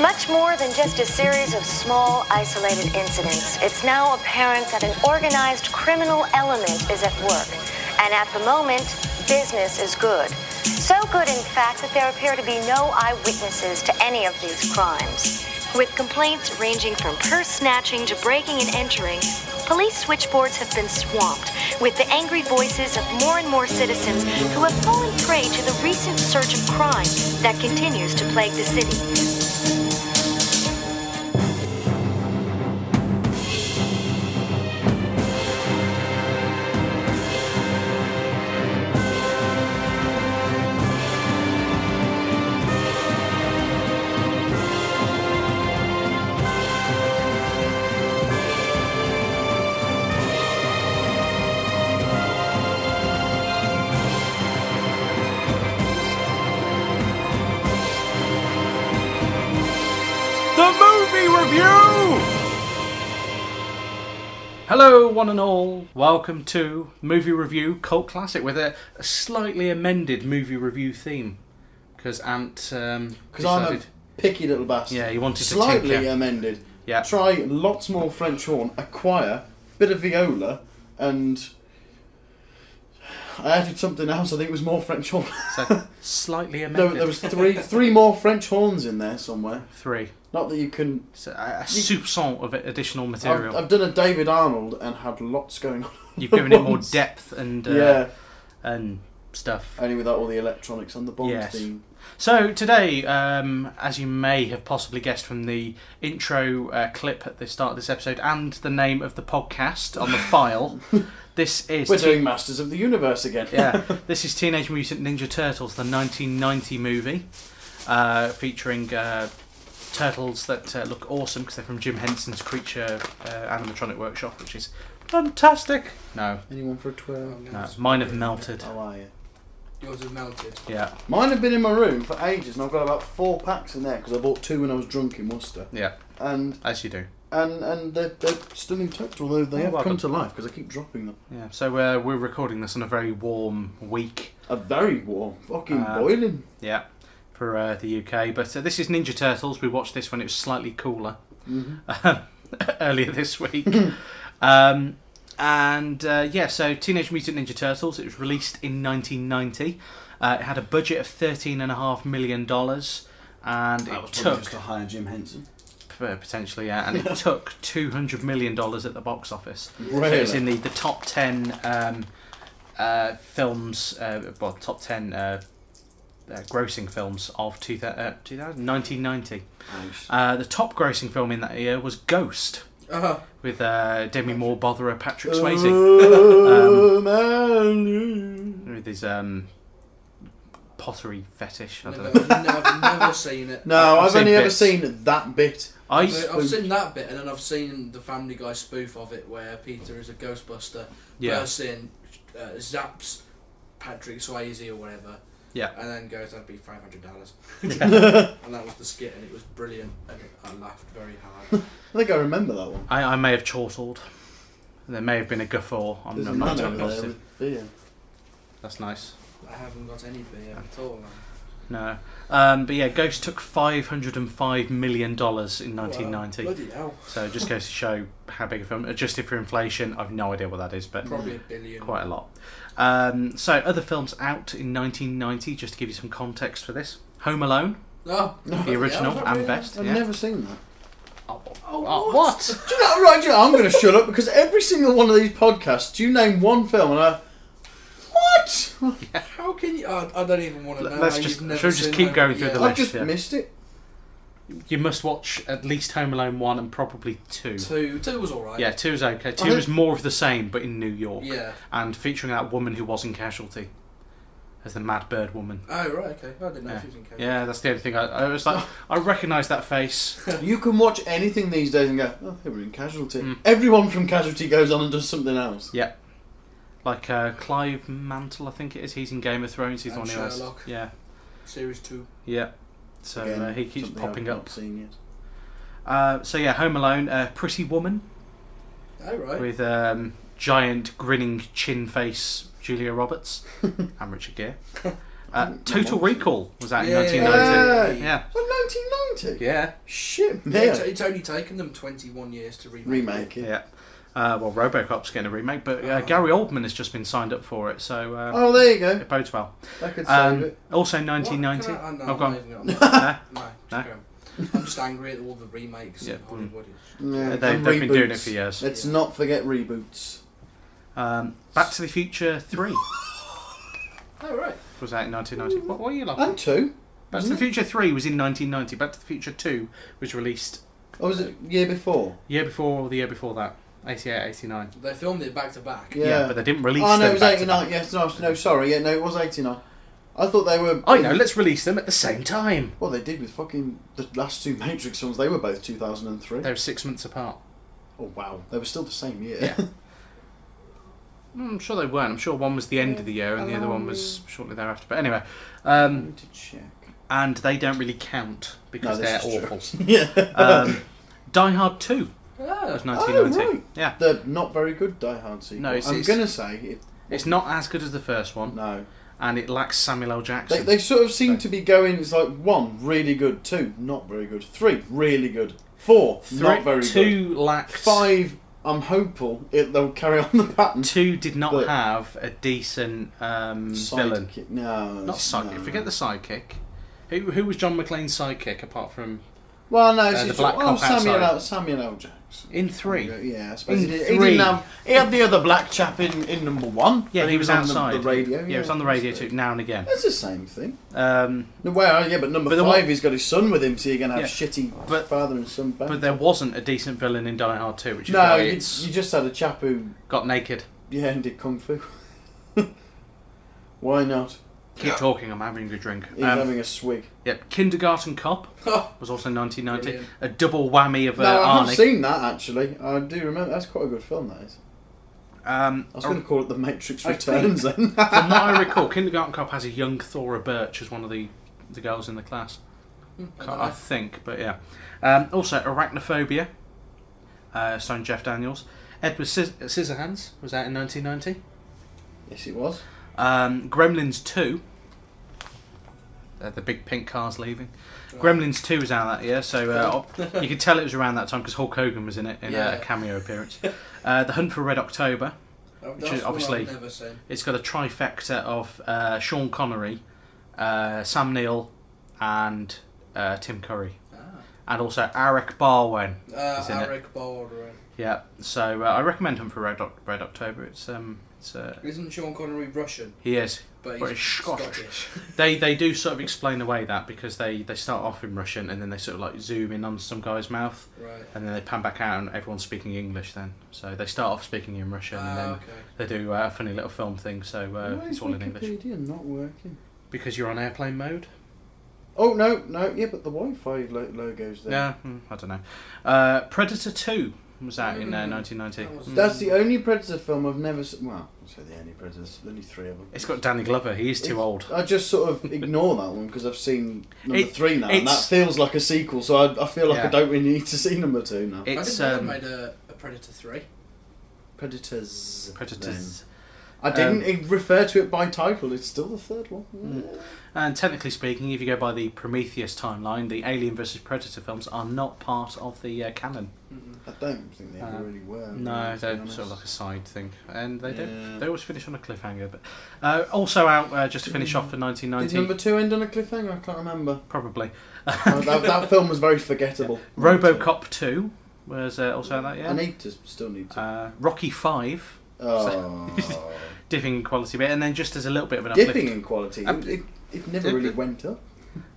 Much more than just a series of small, isolated incidents, it's now apparent that an organized criminal element is at work. And at the moment, business is good. So good, in fact, that there appear to be no eyewitnesses to any of these crimes. With complaints ranging from purse snatching to breaking and entering, police switchboards have been swamped with the angry voices of more and more citizens who have fallen prey to the recent surge of crime that continues to plague the city. The movie review! Hello, one and all. Welcome to Movie Review Cult Classic with a, a slightly amended movie review theme. Because Ant. um, Because I'm a decided- picky little bastard. Yeah, he wanted to Slightly take it. amended. Yeah. Try lots more French horn, a choir, bit of viola, and I added something else. I think it was more French horn. so, slightly no, amended. there was three three more French horns in there somewhere. Three. Not that you can. So, a, a soupçon of additional I've, material. I've done a David Arnold and had lots going on. You've given it more once. depth and uh, yeah, and stuff. only without all the electronics and the Bond Yes. theme. So today, um, as you may have possibly guessed from the intro uh, clip at the start of this episode and the name of the podcast on the file, this is We're te- doing Masters of the Universe again. yeah, this is Teenage Mutant Ninja Turtles, the 1990 movie, uh, featuring uh, turtles that uh, look awesome because they're from Jim Henson's Creature uh, Animatronic Workshop, which is fantastic. No, Anyone for a twirl? no, mine have melted. How are you? Yours have melted. Yeah, Mine have been in my room for ages, and I've got about four packs in there because I bought two when I was drunk in Worcester, yeah, and as you do. and and they're, they're still intact, although they Oh, have well come done. to life because I keep dropping them. Yeah, so uh, we're recording this on a very warm week. A very warm, fucking Uh, boiling. Yeah, for uh, the UK. But uh, this is Ninja Turtles. We watched this when it was slightly cooler earlier this week. Hmm. um, and uh, yeah, so Teenage Mutant Ninja Turtles. It was released in 1990. Uh, it had a budget of 13.5 million dollars, and That it was took probably just to hire Jim Henson. uh, potentially yeah, and it took 200 million dollars at the box office. So it's Really? in the, the top 10 um, uh, films, uh, well, top 10 uh, uh, grossing films of 2000, uh, 2000 1990. Uh, the top grossing film in that year was Ghost, Uh-huh. with uh, Demi Moore, Botherer, Patrick Uh. Swayze, Oh, Um, man. with his um, pottery fetish. I Never, don't know. never, never seen it. No, I've I've, seen only ever bits. seen that bit. I, I've seen that bit, and then I've seen the Family Guy spoof of it where Peter is a Ghostbuster Yeah. person uh, zaps Patrick Swayze or whatever, yeah, and then goes, "That'd be five hundred dollars," and that was the skit, and it was brilliant, and I laughed very hard. I think I remember that one. I, I may have chortled. There may have been a guffaw. I'm, There's I'm a not man totally over there positive. with beer. That's nice. I haven't got any beer at all. Man. No. Um, but yeah, Ghost took five hundred and five million dollars in nineteen ninety. Bloody hell! so it just goes to show how big a film. Adjusted for inflation, I've no idea what that is, but Probably a billion. quite a lot. Um, so other films out in nineteen ninety, just to give you some context for this. Home Alone, Oh, the original that and really- best. I've yeah. never seen that. oh, what? what? Do you know, right, do you know, I'm going to shut up because every single one of these podcasts, you name one film and I. What? How can you? I, I don't even want to know. Let's how just- you've never shall we just seen keep that. going through Yeah. the I've list? just yeah. missed it. You must watch at least Home Alone one and probably two. Two, two was alright. Yeah, two is okay. Two think- is more of the same, but in New York. Yeah. And featuring that woman who was in Casualty as the Mad Bird woman. Oh right, okay. I didn't know Yeah. she was in Cambridge. Yeah, that's the only thing. I, I was like, I recognise that face. You can watch anything these days and go, oh, they were in Casualty. Hmm. Everyone from Casualty goes on and does something else. Yep. Like uh, Clive Mantle, I think it is. He's in Game of Thrones. He's And on the one who Sherlock. has- Yeah, Series two. yeah. So Again, uh, he keeps something I've popping not up. seen yet. Uh, so yeah, Home Alone, uh, Pretty Woman, Oh, right. with um, giant grinning chin face Julia Roberts and Richard Gere. Uh, Total Recall was out in Yeah. 1990. Yeah. Yeah. Well, 1990? Yeah. Shit, Yeah, man. it's, it's only taken them 21 years to remake. Remake it. Yeah. Uh, well, RoboCop's getting a remake, but Oh. uh, Gary Oldman has just been signed up for it, so uh, Oh, there you go. it bodes well. That could save Um, it. also, What? Can 1990. I, oh, no, oh, go I'm not on. even gonna- Uh, No, No? just go. I'm just angry at all the remakes Yeah. Mm. in Hollywood. It's- Yeah, They- and they've been doing reboots. it for years. Let's Yeah. not forget reboots. um, Back to the Future 3 Oh, right. was out in 1990. What were you like? And two. Back to the Future 3 was in 1990. Back to the Future 2 was released Or was it year before? year before or the year before that. 88, 89. They filmed it back to back. Yeah. Yeah, but they didn't release Oh, no, them. it was back to 89. Yes, no, no, sorry. Yeah, no, it was 89. I thought they were. back. I Oh, know, let's release them at the same time. Well, they did with fucking the last two Matrix films. They were both 2003. They were six months apart. Oh wow, they were still the same year. Yeah. Mm, I'm sure they weren't. I'm sure one was the end of the year and the other one was Um, shortly thereafter. But anyway, I um, need to check. and they don't really count because No, they're this is true. awful. yeah. Um, Die Hard 2 Ah, was 1990. Oh, right. Yeah. the not very good Die Hard sequel. No, it's- I'm it's- gonna say it. It's not as good as the first one, No, and it lacks Samuel L. they, Jackson. they sort of seem to be going. It's like one really good, two not very good, three really good, four not very good, two lacks. five. I'm hopeful it they'll carry on the pattern. Two did not But- have a decent um, villain. Sidekick- No, Not sidekick. no. Forget the sidekick. Who, who was John McClane's sidekick apart from Well, no, it's Uh, the just- black oh, cop Samuel outside. L. Samuel L. Jackson. in three? Yeah, I suppose he, In did. he three. didn't have. He had the other black chap in, in number one. Yeah, but he was, on the- outside The, radio. Yeah, he was on the radio too, now and again. It's the same thing. Um, No, well, yeah, but number But the five, one- he's got his son with him, so you're gonna have Yeah. shitty But- father and son. Band. but there wasn't a decent villain in Die Hard 2, which is no, why you, it's you just had a chap who got naked. yeah and did kung fu. Why not? Keep talking, I'm having a drink. He's Um, having a swig. yep, Kindergarten Cop Oh, was also 1990. Brilliant. A double whammy of uh, No, I have Arnie. seen that actually. I do remember. That's quite a good film. That is. Um, I was going to call it The Matrix I Returns. Then. from what I recall, Kindergarten Cop has a young Thora Birch as one of the, the girls in the class. Can't- I think, but yeah. Um, also, Arachnophobia, uh, starring Jeff Daniels. Edward Scis- Scissorhands was out in 1990. yes, it was. Um, Gremlins 2. Uh, the big pink car's leaving. Gremlins 2 was out that year, so uh, you could tell it was around that time because Hulk Hogan was in it in Yeah. a cameo appearance. Uh, the Hunt for Red October. that's which is one obviously- I've never seen. It's got a trifecta of uh, Sean Connery, uh, Sam Neill, and uh, Tim Curry. Ah. And also Arik Barwen. Uh, Is in it. Eric Baldwin. Yeah, so uh, I recommend him for Red, Oc- Red October. It's um, it's uh, Isn't Sean Connery Russian? he is But he's British Scottish. Scottish. They they do sort of explain away that because they they start off in Russian and then they sort of like zoom in on some guy's mouth right. and then they pan back out and everyone's speaking English. Then so they start off speaking in Russian and Ah, then okay. they do uh, a funny little film thing. So uh, Why is it's all in English Wikipedia not working? because you're on airplane mode. Oh no, no, yeah, but the Wi-Fi lo- logo's there. Yeah, mm, I don't know. Uh, Predator Two was out in uh, Mm. 1990. That was- Mm. That's the only Predator film I've never. Se- well, I say the only Predator. there's Only three of them. It's got Danny Glover. He is too old. I just sort of ignore that one because I've seen number It- three now, and that it's- feels like a sequel. So I, I feel like I Yeah. don't really need to see number two now. It's I didn't um, know they made a, a Predator 3. Predators. Predators. Um, then. I didn't i- refer to it by title. It's still the third one. Hmm. And technically speaking, if you go by the Prometheus timeline, the Alien versus Predator films are not part of the uh, canon. I don't think they ever Uh, really were. No, to be they're honest. sort of like a side thing, and they Yeah. don't. They always finish on a cliffhanger. But uh, also out uh, just to finish off for Did 1990, number two end on a cliffhanger? I can't remember. probably. Oh, that, that film was very forgettable. RoboCop 2 was uh, also out that I year. need to still need to. Uh, Rocky 5, oh, dipping in quality a bit, and then just as a little bit of an uplift. dipping in quality. Um, It, it, it never it- really went up.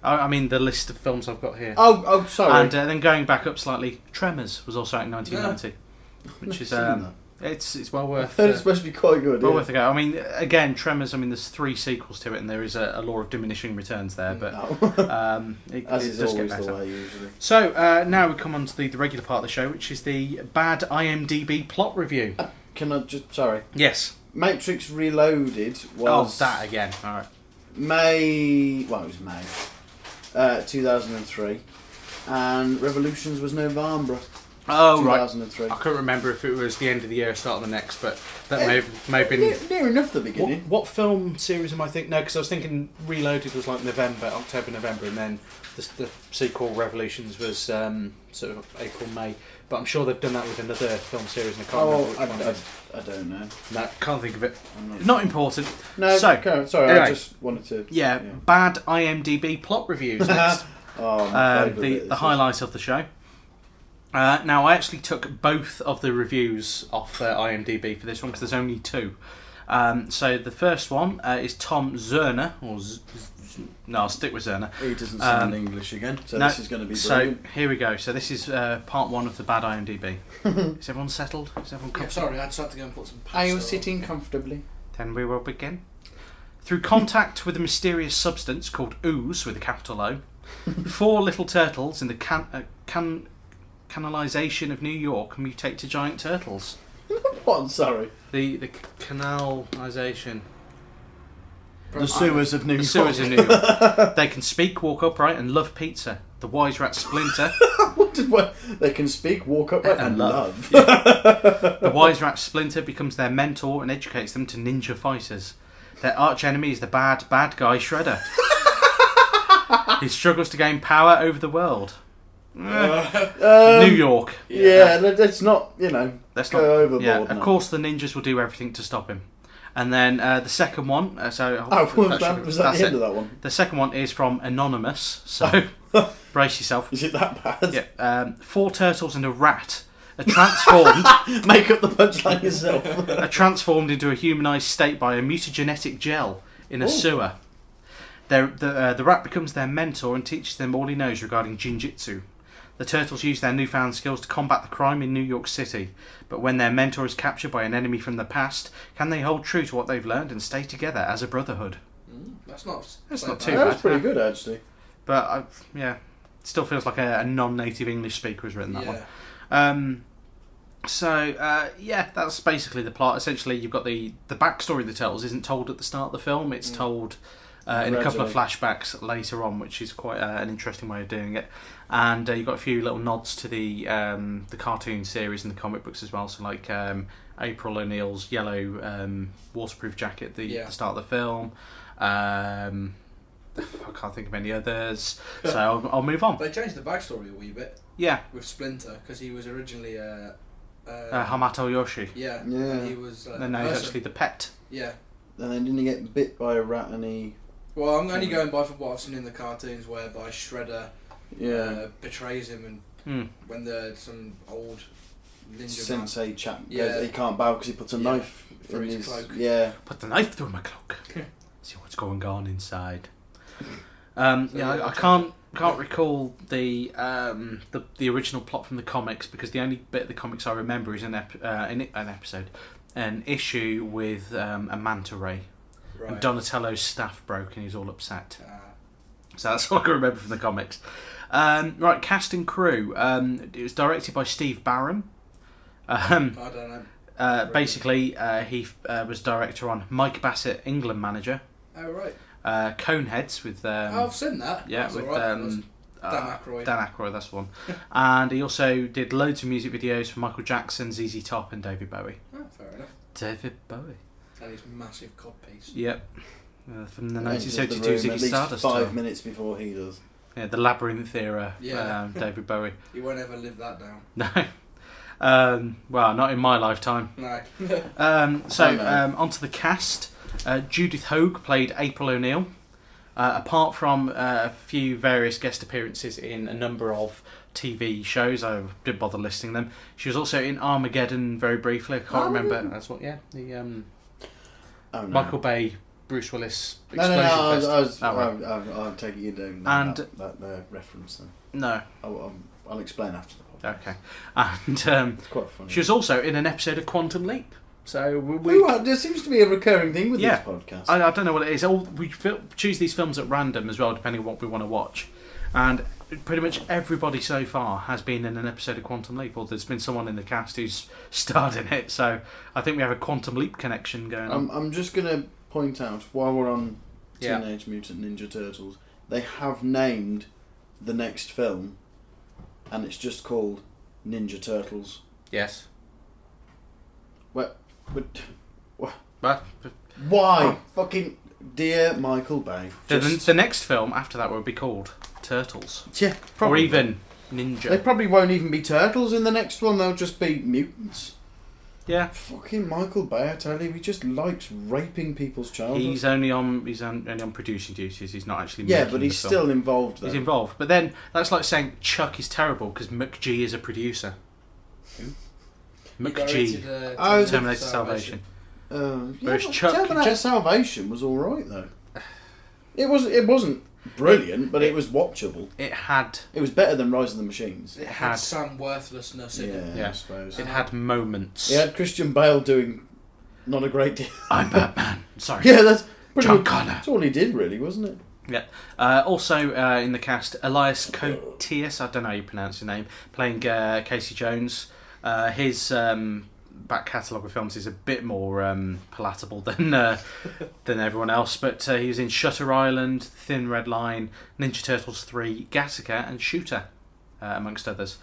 I, I mean, the list of films I've got here. Oh, oh, sorry. and uh, then going back up slightly, Tremors was also out in 1990, which is Seen um, it's it's well I worth. thought uh, it's supposed to be quite good. Well yeah. worth a go. I mean, again, Tremors. I mean, there's three sequels to it, and there is a, a law of diminishing returns Mm. there, but No. um, it, As it is does get always the better. way, usually. So uh, now we come on to the, the regular part of the show, which is the bad IMDb plot review. Can I just sorry? Yes. Matrix Reloaded Oh, was that again. All right. May. Well, it was May, uh, two thousand and three, and Revolutions was November. Oh right. 2003. I couldn't remember if it was the end of the year or start of the next, but that Eh, may may have been. Near, near enough the What, beginning. what film series am I thinking? No, because I was thinking Reloaded was like November, October, November, and then the, the sequel Revelations was um, sort of April, May. But I'm sure they've done that with another film series, and I can't remember Oh, which I, one it is. I, I don't know. No, can't think of it. I'm Not, not important. No, so okay, sorry, anyway. I just wanted to. yeah, bad IMDb plot reviews next. Oh, my um, favourite bit the is the this. highlight of the show. Uh, now, I actually took both of the reviews off uh, IMDb for this one because there's only two. Um, so the first one uh, is Tom Zerner, or Z- Z- no, I'll stick with Zerner. He doesn't Um, sound English again, so No, this is going to be so brilliant. here we go. So this is uh, part one of the bad IMDb. is everyone settled? Is everyone Yeah, comfortable? sorry, I just had to go and put some. Are pasta you on. sitting comfortably? Then we will begin. Through contact with a mysterious substance called ooze with a capital O, four little turtles in the can, uh, can canalization of New York mutate to giant turtles. What? Sorry. The the canalization. The sewers of New The York. sewers in New York. They can speak, walk upright, and love pizza. The wise rat Splinter. What? they can speak, walk up, and, And love. love. The wise rat Splinter becomes their mentor and educates them to ninja fighters. Their arch enemy is the bad, bad guy Shredder. he struggles to gain power over the world. Um, New York. Yeah, let- let's not, you know, Let's go not. overboard. yeah, of now. course the ninjas will do everything to stop him. And then uh, the second one. Uh, so Oh, was that, should be- was that that's the end it. of that one? The second one is from Anonymous. So Oh. brace yourself. Is it that bad? Yeah, um, four turtles and a rat are transformed. Make up the punchline yourself. are transformed into a humanized state by a mutagenetic gel in a sewer. Their, the, uh, the rat becomes their mentor and teaches them all he knows regarding jinjitsu. The turtles use their newfound skills to combat the crime in New York City. But when their mentor is captured by an enemy from the past, can they hold true to what they've learned and stay together as a brotherhood? That's not. That's so not bad. too that was bad. pretty good, actually. But I, yeah, still feels like a, a non-native English speaker has written that one. Yeah. Um, so uh, yeah, that's basically the plot. Essentially, you've got the the backstory of the turtles isn't told at the start of the film. It's told uh, in a couple of flashbacks later on, which is quite uh, an interesting way of doing it. And uh, you've got a few little nods to the um, the cartoon series and the comic books as well. So like um, April O'Neil's yellow um, waterproof jacket at the, Yeah. the start of the film. Um, I can't think of any others, so I'll, I'll move on. They changed the backstory a wee bit Yeah, with Splinter because he was originally uh, uh, uh, Hamato Yoshi. yeah, Yeah. and he was uh, And now he's person. actually the pet. yeah. And then didn't he get bit by a rat and he. Well, I'm Mm. only going by from what I've seen in the cartoons, whereby Shredder Yeah. uh, betrays him, and Mm. when the some old ninja man, sensei chap. Yeah. Goes, he can't bow because he puts a Yeah. knife Through in his cloak. Yeah. Put the knife through my cloak. See what's going on inside. Um, yeah, I, I can't can't recall the, um, the the original plot from the comics because the only bit of the comics I remember is an ep- uh, an, an episode, an issue with um, a manta ray. And right. Donatello's staff broke and he's all upset. Uh, So that's all I can remember from the comics. Um, right, cast and crew. Um, it was directed by Steve Barron. Um, I don't know. Uh, basically, uh, he uh, was director on Mike Bassett, England manager, Oh right, uh, Coneheads with um, oh, I've seen that. yeah That's with alright, that was- um, uh, Dan Aykroyd. Dan Aykroyd, that's the one. and he also did loads of music videos for Michael Jackson, ZZ Top, and David Bowie. oh, fair enough. David Bowie. And his massive codpiece. Yep. Uh, from the Enters the 1972 room Ziggy at least Stardust Five tour. minutes before he does. Yeah, the Labyrinth era. Yeah. Um, David Bowie. You won't ever live that down. No. Um, well, not in my lifetime. No. Um, so I know. um, onto the cast. Uh, Judith Hogue played April O'Neil. Uh, apart from uh, a few various guest appearances in a number of TV shows, I didn't bother listing them. She was also in Armageddon very briefly. I can't remember. That's what. Yeah, the um, Oh, no. Michael Bay, Bruce Willis No, explosion no, no. I was, fest. I was, um, Oh, right. I, I, I'm taking you down And- that, that, that uh, reference then. No, I'll, I'll, I'll explain after the podcast. okay. And um, It's quite funny. she was also in an episode of Quantum Leap. So we, we- Oh, right, there seems to be a recurring thing with Yeah. this podcast. I, I don't know what it is. All, we fil- choose these films at random as well, depending on what we want to watch. And pretty much everybody so far has been in an episode of Quantum Leap, or there's been someone in the cast who's starred in it. So I think we have a Quantum Leap connection going on. I'm, I'm just going to point out while we're on Yeah. Teenage Mutant Ninja Turtles, they have named the next film, and it's just called Ninja Turtles. Yes. What? what- But the, Oh. Why? Fucking dear Michael Bay. the- Just- the next film after that would be called Turtles. yeah, probably. Or even They Ninja. probably won't even be turtles in the next one. They'll just be mutants. Yeah. Fucking Michael Bay, I tell you, he just likes raping people's childhood. He's only on he's on, only on producing duties. He's not actually yeah, making but the he's film. still involved. Though. he's involved. But then that's like saying Chuck is terrible because McG is a producer. Who? McG. McG. Oh, the- Terminator Salvation. Uh, yeah, Whereas but Chuck- Terminator Chuck- Salvation was all right though. It was. It wasn't brilliant, but it was watchable. It had It was better than Rise of the Machines. It Had. had some worthlessness in it. Yeah, Yeah. I suppose. it had moments. He had Christian Bale doing not a great deal. I'm Batman. Sorry. yeah, that's pretty John much- Connor. That's all he did, really, wasn't it? Yeah. Uh, also uh, in the cast, Elias Cotius, I don't know how you pronounce his name, playing uh, Casey Jones. Uh, his um, back catalogue of films is a bit more um, palatable than uh, than everyone else, but uh, he was in Shutter Island, Thin Red Line, Ninja Turtles 3, Gattaca, and Shooter, uh, amongst others.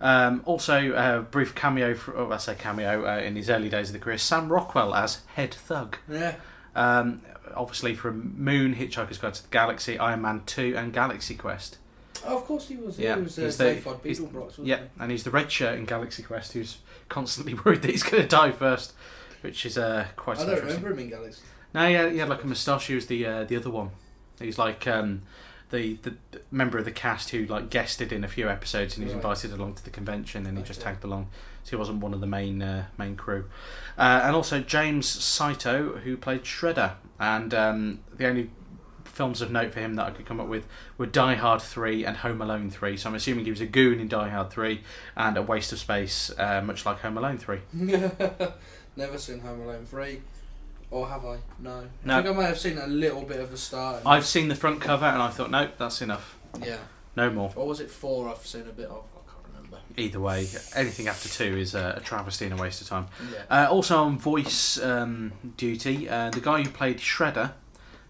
Um, also, a brief cameo, for, oh, I say cameo, uh, in his early days of the career, Sam Rockwell as Head Thug. Yeah. Um, obviously from Moon, Hitchhiker's Guide to the Galaxy, Iron Man 2, and Galaxy Quest. Oh, of course he was. Yeah, He was uh, he's the- Zaphod he's- Beeblebrox, wasn't Yeah, and he's the red shirt in Galaxy Quest who's constantly worried that he's going to die first, which is uh, he? quite I don't interesting. remember him in Galaxy. No, he had, he had like a moustache. He was the uh, the other one. He's like um, the the member of the cast who like guested in a few episodes, and he was Right. invited along to the convention, and he just Okay. tagged along. So he wasn't one of the main uh, main crew. Uh, and also James Saito, who played Shredder, and um, the only films of note for him that I could come up with were Die Hard three and Home Alone three. So I'm assuming he was a goon in Die Hard three, and a waste of space, uh, much like Home Alone three. Never seen Home Alone 3. Or have I? No. No. I think I may have seen a little bit of the start. and- I've seen the front cover, and I thought, nope, that's enough. yeah. No more. Or was it 4 I've seen a bit of? I can't remember. either way, anything after two is a, a travesty and a waste of time. Yeah. Uh, also on voice um, duty, uh, the guy who played Shredder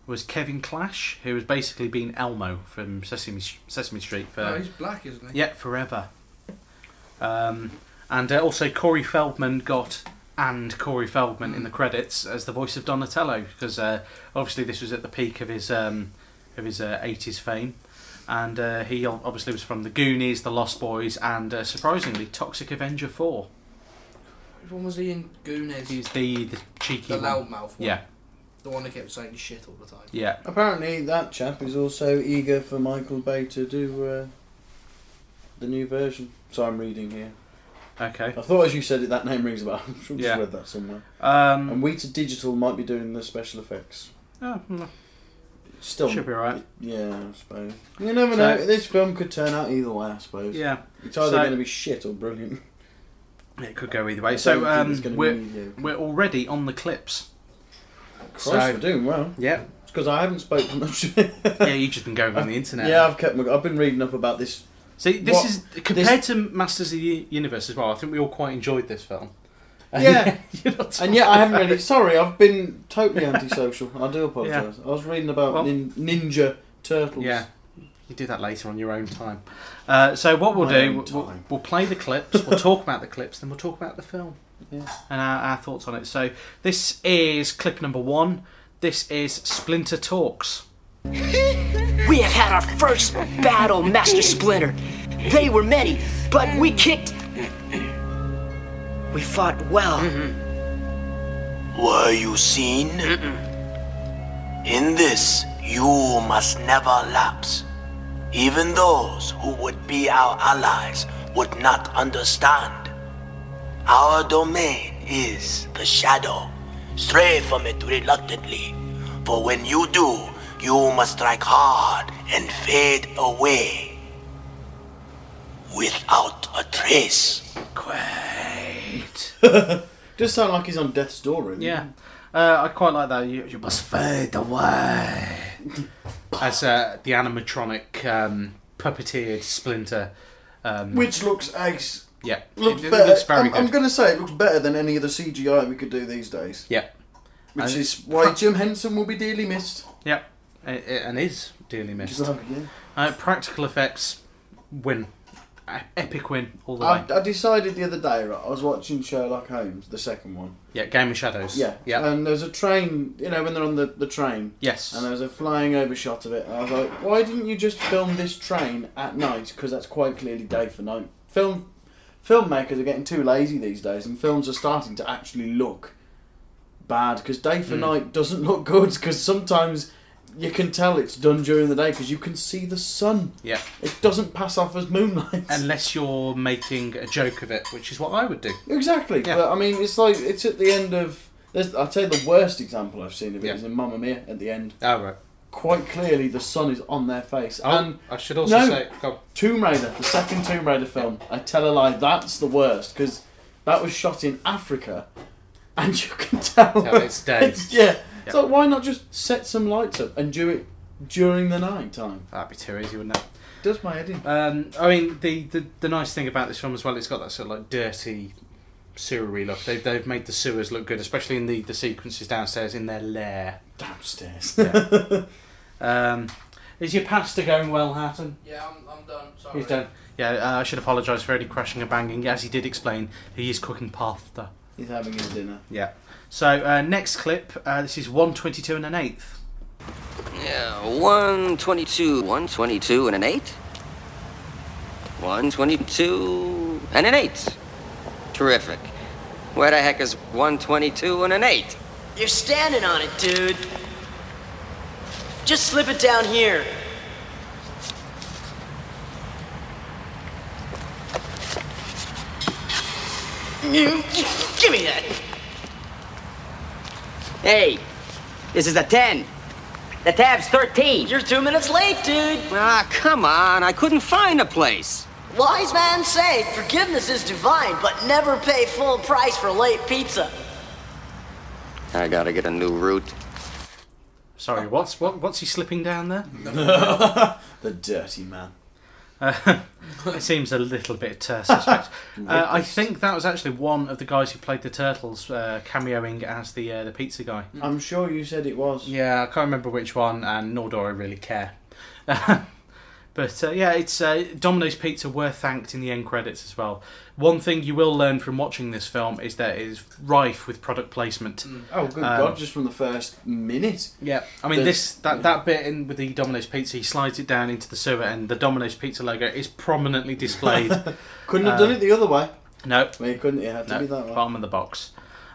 was Kevin Clash, who has basically been Elmo from Sesame, Sesame Street for Oh, he's black, isn't he? Uh, yeah forever. Um, and uh, also Corey Feldman got and Corey Feldman in the credits as the voice of Donatello because uh, obviously this was at the peak of his um, of his uh, 80s fame. And uh, he ob- obviously was from the Goonies, the Lost Boys, and uh, surprisingly, Toxic Avenger Four. Which one was he in? Goonies. He's the the cheeky the one. loudmouth one. Yeah, The one that kept saying shit all the time. yeah. Apparently, that chap is also eager for Michael Bay to do uh, the new version. So I'm reading here. Okay. I thought as you said it, that name rings a bell. I'm sure I Yeah. just read that somewhere. Um, And Weta Digital might be doing the special effects. oh, mm, Still, should be alright. yeah, I suppose. You never So- know. This film could turn out either way. I suppose. Yeah, It's either So- going to be shit or brilliant. it could go either I way. don't So think um, it's gonna be we're mediocre. we're already on the clips. Christ, so- we're doing well. Yeah, It's because I haven't spoken much. yeah. You've just been going on the internet. yeah, I've kept. My, I've been reading up about this. See, this What- is compared to Masters of the U- Universe as well. I think we all quite enjoyed this film. Yeah. You're not And yeah, I haven't really. Sorry, I've been totally antisocial. I do apologise. I was reading about Well- nin, Ninja Turtles. Yeah, you do that later on your own time. Uh, so what we'll My do, own we'll- we'll, time. we'll play the clips, we'll talk about the clips, then we'll talk about the film Yeah. and our, our thoughts on it. So this is clip number one. This is Splinter Talks. We have had our first battle, Master Splinter. They were many, but we kicked. We fought well. Were you seen? In this, you must never lapse. Even those who would be our allies would not understand. Our domain is the shadow. Stray from it reluctantly, for when you do, you must strike hard and fade away without a trace. Quaid. Does sound like he's on death's door, really. Yeah, uh, I quite like that. You, you must fade away. As uh, the animatronic um, puppeteered Splinter. Um, Which looks ace. yeah, Looks it, it better. looks very I'm, good. I'm going to say it looks better than any of the CGI we could do these days. Yeah, Which And- is why Jim Henson will be dearly missed. yeah, It- it- and is dearly missed. So, yeah. Uh, practical effects win e- epic win all the way. I, I decided the other day, right, I was watching Sherlock Holmes, the second one. yeah, Game of Shadows. Yeah. yeah. And there's a train, you know, when they're on the, the train. Yes. And uh, there's a flying overshot of it. And I was like, why didn't you just film this train at night? Because that's quite clearly day for night. Film Filmmakers are getting too lazy these days, and films are starting to actually look bad because day for night doesn't look good because sometimes you can tell it's done during the day because you can see the sun. yeah. It doesn't pass off as moonlight. Unless you're making a joke of it, which is what I would do. Exactly, Yeah. but I mean, it's like it's at the end of. There's, I'll tell you the worst example I've seen of it is Yeah. in Mamma Mia at the end. Oh, right. Quite clearly, the sun is on their face. And Um, I should also no. say, go on. Tomb Raider, the second Tomb Raider film, I tell a lie, that's the worst because that was shot in Africa, and you can tell. Tell it's day. yeah. So why not just set some lights up and do it during the night time? that'd be too easy, wouldn't it? Does my head in. Um, I mean, the, the the nice thing about this film as well, it's got that sort of like dirty, sewery look. They, they've made the sewers look good, especially in the, the sequences downstairs in their lair. Downstairs. Um, is your pasta going well, Hatton? Yeah, I'm, I'm done. Sorry. He's done. Oh, Yeah, uh, I should apologise for any crashing and banging. As he did explain, he is cooking pasta. He's having his dinner. Yeah. So uh, next clip, uh, this is one twenty-two and an eighth. Yeah, 122, 122 and an 8. 122 and an 8. Terrific. Where the heck is 122 and an 8? You're standing on it, dude. Just slip it down here. You- Give me that. Hey, this is a 10. The tab's 13. You're two minutes late, dude. Ah, come on. I couldn't find a place. Wise man say forgiveness is divine, but never pay full price for late pizza. I gotta get a new route. Sorry, what's what, what's he slipping down there? The dirty man. It seems a little bit terse. suspect. uh, I think that was actually one of the guys who played the turtles uh, cameoing as the uh, the pizza guy. I'm sure you said it was. Yeah, I can't remember which one, and nor do I really care. but uh, yeah, it's uh, Domino's Pizza were thanked in the end credits as well. One thing you will learn from watching this film is that it is rife with product placement. Oh, good God, just from the first minute. Yeah, I mean There's- this that that bit in with the Domino's Pizza, he slides it down into the sewer, and the Domino's Pizza logo is prominently displayed. Couldn't have done it the other way. no, Well, you couldn't, it had to Uh, no, be that way. bottom of the box.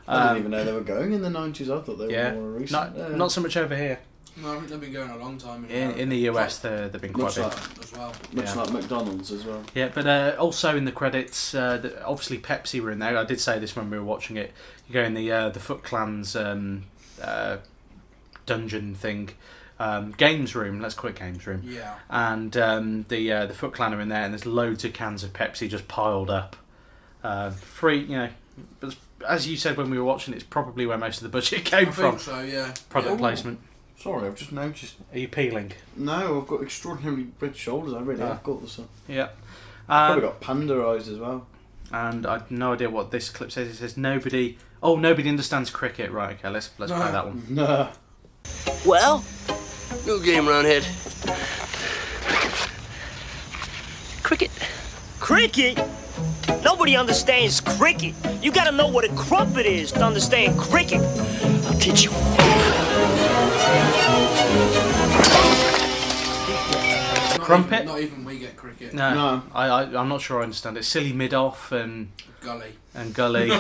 I didn't even know they were going in the 90s. I thought they were Yeah, more recent. not, Yeah. not so much over here. No, I think they've been going a long time in, In, in the America. US, they're, they've been quite Much big. like, as well. much Yeah. like McDonald's as well. Yeah, but uh, also in the credits, uh, the, obviously Pepsi were in there. I did say this when we were watching it. You go in the uh, the Foot Clan's um, uh, dungeon thing, um, games room. Let's call it games room. Yeah. And um, the uh, the Foot Clan are in there, and there's loads of cans of Pepsi just piled up. Uh, free, you know. But as you said when we were watching, it's probably where most of the budget came I from. think so, yeah. Product Yeah. placement. Sorry, I've just noticed. Are you peeling? No, I've got extraordinarily red shoulders. I Ah. really have got the sun. Yeah. Um, Probably got panda eyes as well. and I've no idea what this clip says. It says nobody. Oh, nobody understands cricket. Right. Okay. Let's let's play that one. No. Well, New game, Roundhead. cricket. Cricket? Nobody understands cricket. You gotta know what a crumpet is to understand cricket. I'll teach you. Not Crumpet? Even, not even we get cricket. No. No. I, I I'm not sure I understand it. Silly mid off and Gully. and gully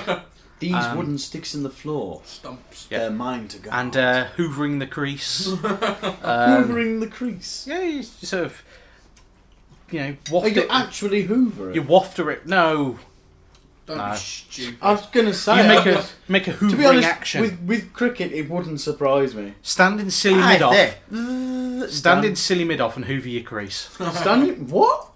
These wooden sticks in the floor, Stumps. um, Yeah. they're mine to guard. and uh, hoovering the crease. hoovering the crease. yeah. You s- you sort of. You know, Are waft you it. actually hoovering? You wafter it. No. Don't No. be stupid. I was going to say. You make I- a make a to hoovering be honest, action. With, with cricket, it wouldn't surprise me. Stand in silly Aye, mid off. there. Stand in silly mid off and hoover your crease. Stand, what?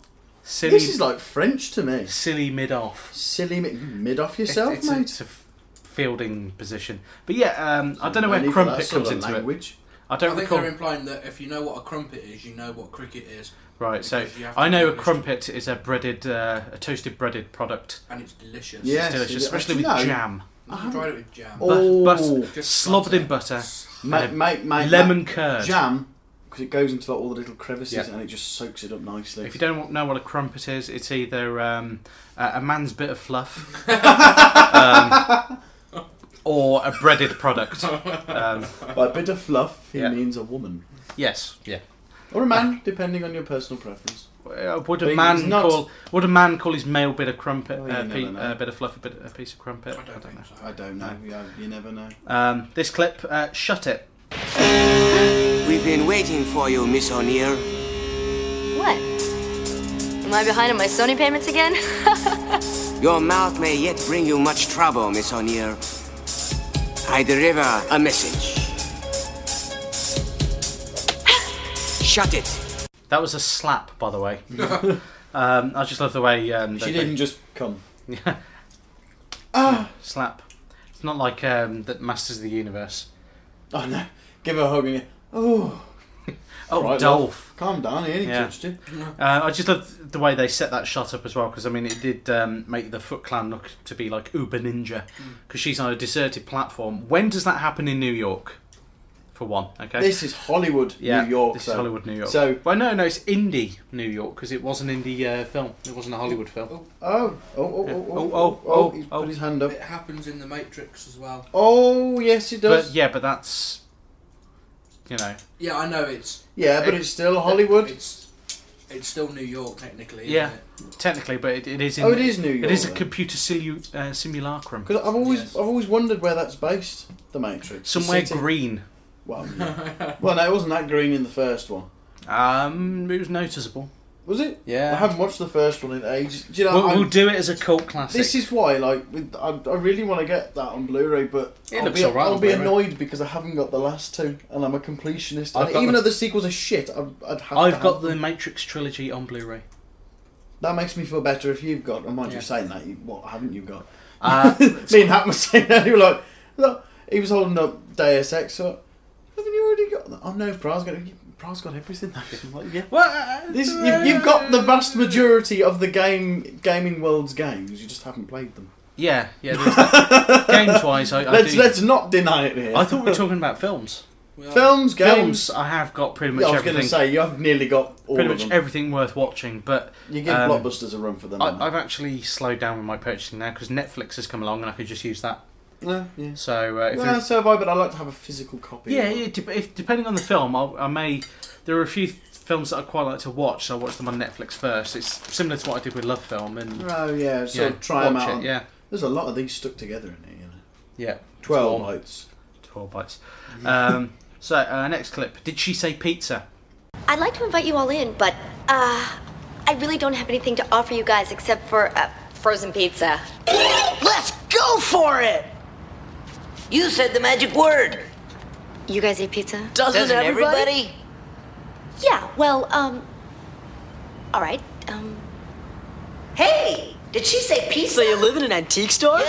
Silly. This is like French to me. silly mid off. Silly mi- mid off It's- yourself, it's, a- mate. it's a f- fielding position. But yeah, um, I don't know where Only for that crumpet sort comes of into it. language. I I don't think recall. they're implying that if you know what a crumpet is, you know what cricket is. right, so because you have to I know a do this. crumpet is a breaded, uh, a toasted breaded product. And it's delicious. Yeah. Yes, It's delicious, it- especially do with you know- jam. I tried it with jam. Oh, But Just slobbed in butter. butter. Um, mate, and a mate, mate, lemon that curd. jam because it goes into like, all the little crevices Yeah. and it just soaks it up nicely. If you don't know what a crumpet is, it's either um, a a man's bit of fluff um, or a breaded product. Um, By a bit of fluff, he Yeah. means a woman yes. Yeah. or a man, depending on your personal preference. Uh, Would a But man he's not- call would a man call his male bit of crumpet Oh, you uh, never pe- know. uh, bit of fluff a bit a piece of crumpet? I don't, know. I don't know. You, you never know. Um, this clip, uh, shut it. We've been waiting for you, Miss O'Neill. What? Am I behind on my Sony payments again? Your mouth may yet bring you much trouble, Miss O'Neill. I deliver a message. Shut it. That was a slap, by the way. um, I just love the way um, She they- didn't just come. slap. It's not like um, that Masters of the Universe. Oh no! Give her a hug and you. Oh, Oh, right, Dolph. love. Calm down. He only Yeah. touched you. Uh, I just love the way they set that shot up as well because I mean it did um, make the Foot Clan look to be like uber ninja Mm. because she's on a deserted platform. When does that happen in New York? For one, okay. This is Hollywood, yeah, New York. This so. is Hollywood, New York. So, well, no, no, it's indie New York because it was an indie uh, film. It wasn't a Hollywood film. oh, oh, oh, oh, oh, Oh, oh, oh, oh, he's oh. put his hand up. It happens in the Matrix as well. Oh, yes, it does. But yeah, but that's you know, Yeah, I know it's yeah, but it's still Hollywood. It's it's still New York technically. Isn't yeah, It? technically, but it, it is. In, Oh, it is New It York, is a then. computer silu- uh, simulacrum. Because I've always Yes. I've always wondered where that's based. The Matrix. The Somewhere city. green. Well, yeah. well, no, it wasn't that green in the first one, Um, it was noticeable. was it? Yeah. I haven't watched the first one in ages. Do you know? We'll, Uh, I'm- we'll do it as a cult classic. this is why, like, with, I, I really want to get that on Blu-ray, but It I'll looks be, alright I'll on be Blu-ray. annoyed because I haven't got the last two, and I'm a completionist. I've and got even the- though the sequels are shit, I'd, I'd have. to I've have got the them. Matrix trilogy on Blu-ray. That makes me feel better if you've got. I mind Yeah. you saying that. You, what haven't you got? Uh, Me and Hat was saying that. He was like, look, he was holding up Deus Ex. So, haven't you already got that? Oh no, Pra's got, Pra's got everything. I'm like, yeah. well, uh, This, you've, you've got the vast majority of the game gaming world's games. You just haven't played them. yeah, yeah. there's that. Games-wise, I, I Let's do. let's not deny it here. I thought we were talking about films. We are- films, games. Films, I have got pretty Yeah, much I was going to everything. say you have nearly got all pretty of much them. everything worth watching, but you give um, blockbusters a run for them. I, I've actually slowed down with my purchasing now because Netflix has come along and I could just use that. no, yeah. So uh, if No, there- so have I, but I like to have a physical copy. yeah, of it. yeah de- if, depending on the film, I'll, I may. There are a few films that I quite like to watch, so I watch them on Netflix first. It's similar to what I did with Love Film and Oh yeah, so yeah, try them watch out. it, on- yeah, There's a lot of these stuck together in here. You know, yeah. twelve Twelve. nights. 12 bites. Um, so, uh, next clip. Did she say pizza? I'd like to invite you all in, but uh, I really don't have anything to offer you guys except for uh, frozen pizza. Let's go for it! You said the magic word. You guys eat pizza? Doesn't, Yeah. Well, um, all right. Um, Hey, did she say pizza? So you live in an antique store?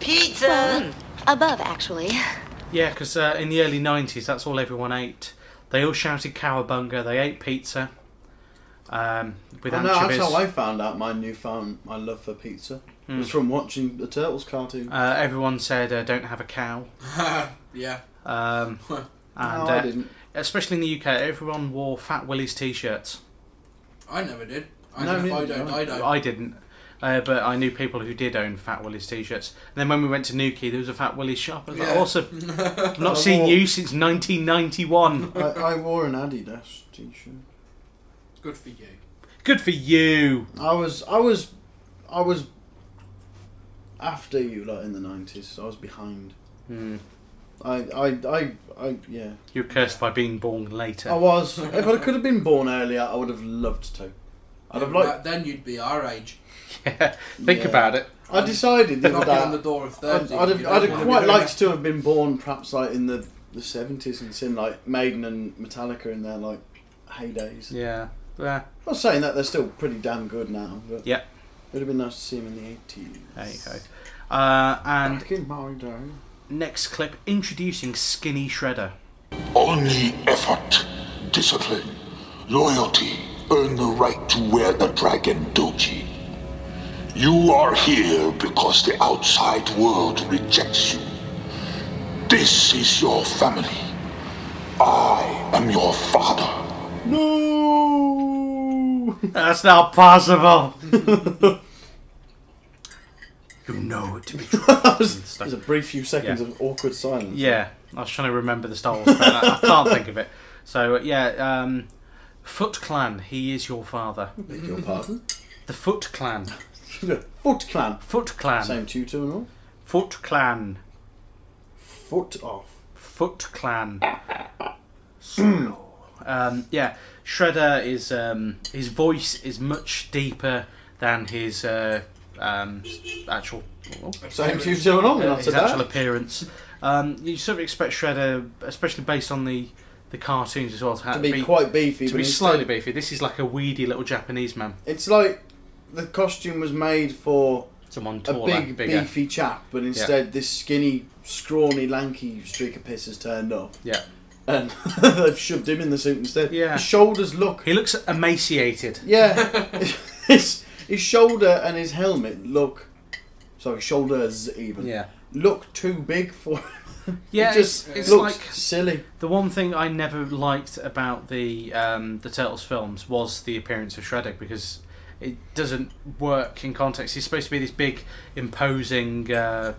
Pizza. above actually. Yeah, because uh, in the early 90s, that's all everyone ate. They all shouted cowabunga, they ate pizza um, with I know, that's anchovies. how I found out my newfound my love for pizza was Hmm. from watching the Turtles cartoon. uh, everyone said, uh, don't have a cow. yeah. Um, and, no, uh, I didn't. Especially in the UK, everyone wore Fat Willie's t shirts. I never did. I No, know if I neither don't, did I. I don't. I didn't. Uh, but I knew people who did own Fat Willie's t-shirts. And then when we went to Newquay, there was a Fat Willie's shop. I was like, Yeah. awesome. I've not seen you since 1991. I, I wore an Adidas t-shirt. Good for you. Good for you. I was I was I was after you like in the nineties. I was behind. Hmm. I, I I I yeah. You're cursed by being born later. I was. if I could have been born earlier, I would have loved to. I'd have Back liked. then you'd be our age. Think Yeah. about it. I decided the Knocking on other the day. door of I'd, thirty. I'd have, you don't I'd wanna have be quite doing liked that. to have been born, perhaps like in the the seventies and seen like Maiden and Metallica in their like heydays. Yeah. Yeah. I'm not saying that they're still pretty damn good now, but Yeah. it would have been nice to see them in the eighties. There you go. Uh, and Back in my day. next clip, introducing Skinny Shredder. Only effort, discipline, loyalty earn the right to wear the dragon doji. You are here because the outside world rejects you. This is your family. I am your father. That's not possible. you know it to be true. There's a brief few seconds Yeah. of awkward silence. Yeah, I was trying to remember the Star Wars, but I, I can't think of it. So uh, yeah, um, Foot Clan. He is your father. Beg your pardon. The Foot Clan. Foot clan. Foot Clan. Same tutor and all. Foot Clan. Foot off. Foot Clan. um, yeah, Shredder is um, his voice is much deeper than his uh, um, actual Same tutor and all. his actual appearance. Um, you sort of expect Shredder, especially based on the the cartoons as well, to, ha- To be, quite beefy. to but be instead- slightly beefy. This is like a weedy little Japanese man. It's like the costume was made for Someone a taller, big bigger. beefy chap, but instead this skinny, scrawny, lanky streak of piss has turned up, Yeah, and they've shoved him in the suit instead. Yeah. his shoulders look. he looks emaciated. Yeah, his his shoulder and his helmet look. Sorry, shoulders even. Yeah, look too big for. yeah. it just it's, it's looks like silly. the one thing I never liked about the um, the Turtles films was the appearance of Shredder because. It doesn't work in context. He's supposed to be this big, imposing uh,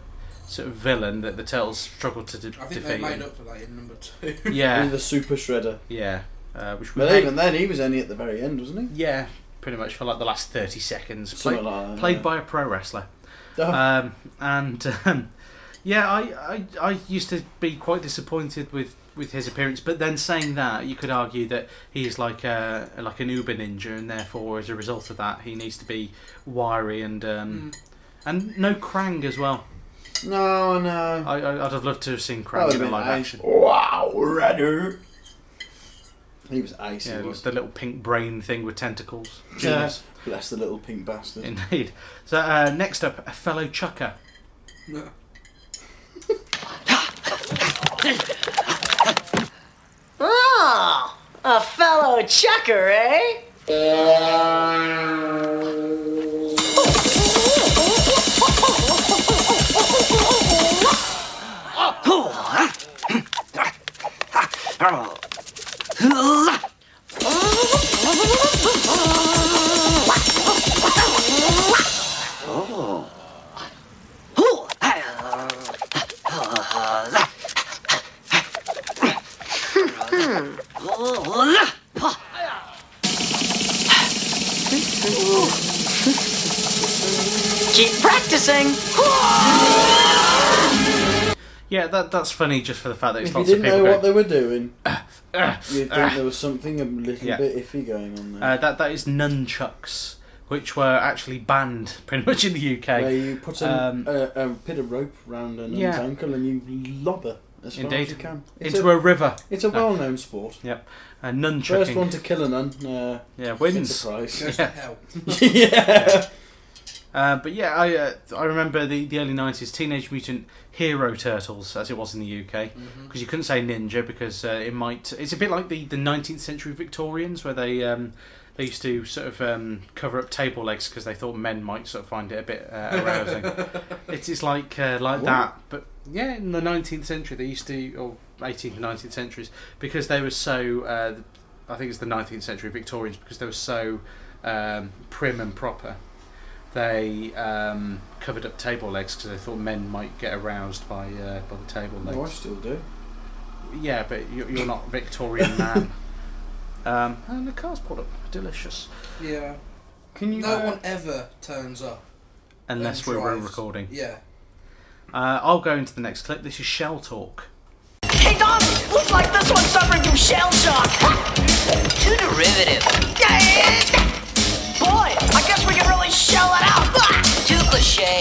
sort of villain that the Turtles struggle to de- I think they defeat. made up for that in number two. Yeah, With the super shredder. Yeah, uh, which we But hate- even then, he was only at the very end, wasn't he? yeah, pretty much for like the last thirty seconds, play, Something like that, played yeah. by a pro wrestler. Oh. Um, and um, yeah, I, I I used to be quite disappointed with, with his appearance, but then saying that, you could argue that he's like a like an Uber ninja, and therefore, as a result of that, he needs to be wiry and um, and no Krang as well. no, no. I, I I'd have loved to have seen That Krang would've in been live nice. action. Wow, Redder. He was icy. Yeah, was the little pink brain thing with tentacles. yeah. Genius. Bless the little pink bastard. Indeed. So uh, next up, a fellow chucker. No. Oh, a fellow checker, eh? Keep practicing. Yeah, that that's funny just for the fact that it's If you lots of didn't people. know going, what they were doing, you'd think "Ugh." there was something a little Yeah. bit iffy going on there. uh, that that is nunchucks, which were actually banned pretty much in the UK. where you put a, um, a, a bit of rope round an Yeah. ankle and you lob her as far as you indeed, can. It's, into a, a, Ah. river. it's a well-known sport. Yep, a First nunchucking. one to kill a nun uh, yeah, wins wins. the prize. Goes to hell. yeah. Uh, but yeah, I uh, I remember the, the early nineties Teenage Mutant Hero Turtles as it was in the UK because Mm-hmm. you couldn't say ninja because uh, it might. It's a bit like the the nineteenth century Victorians where they um, they used to sort of um, cover up table legs because they thought men might sort of find it a bit uh, arousing. it is like uh, like that, but yeah, in the nineteenth century they used to or eighteenth and nineteenth centuries because they were so. Uh, I think it's the nineteenth century Victorians because they were so um, prim and proper they um, covered up table legs because they thought men might get aroused by uh, by the table legs. No, I still do. Yeah, but you're, you're not Victorian man. Um, and the car's pulled up. Delicious. Yeah. Can you? No one ever turns up. and Unless we were drives. recording. Yeah. Uh, I'll go into the next clip. This is Shell Talk. Hey, Dom, looks like this one's suffering from shell shock. Too derivative. Boy, I guess we can really shell it out. Too cliche.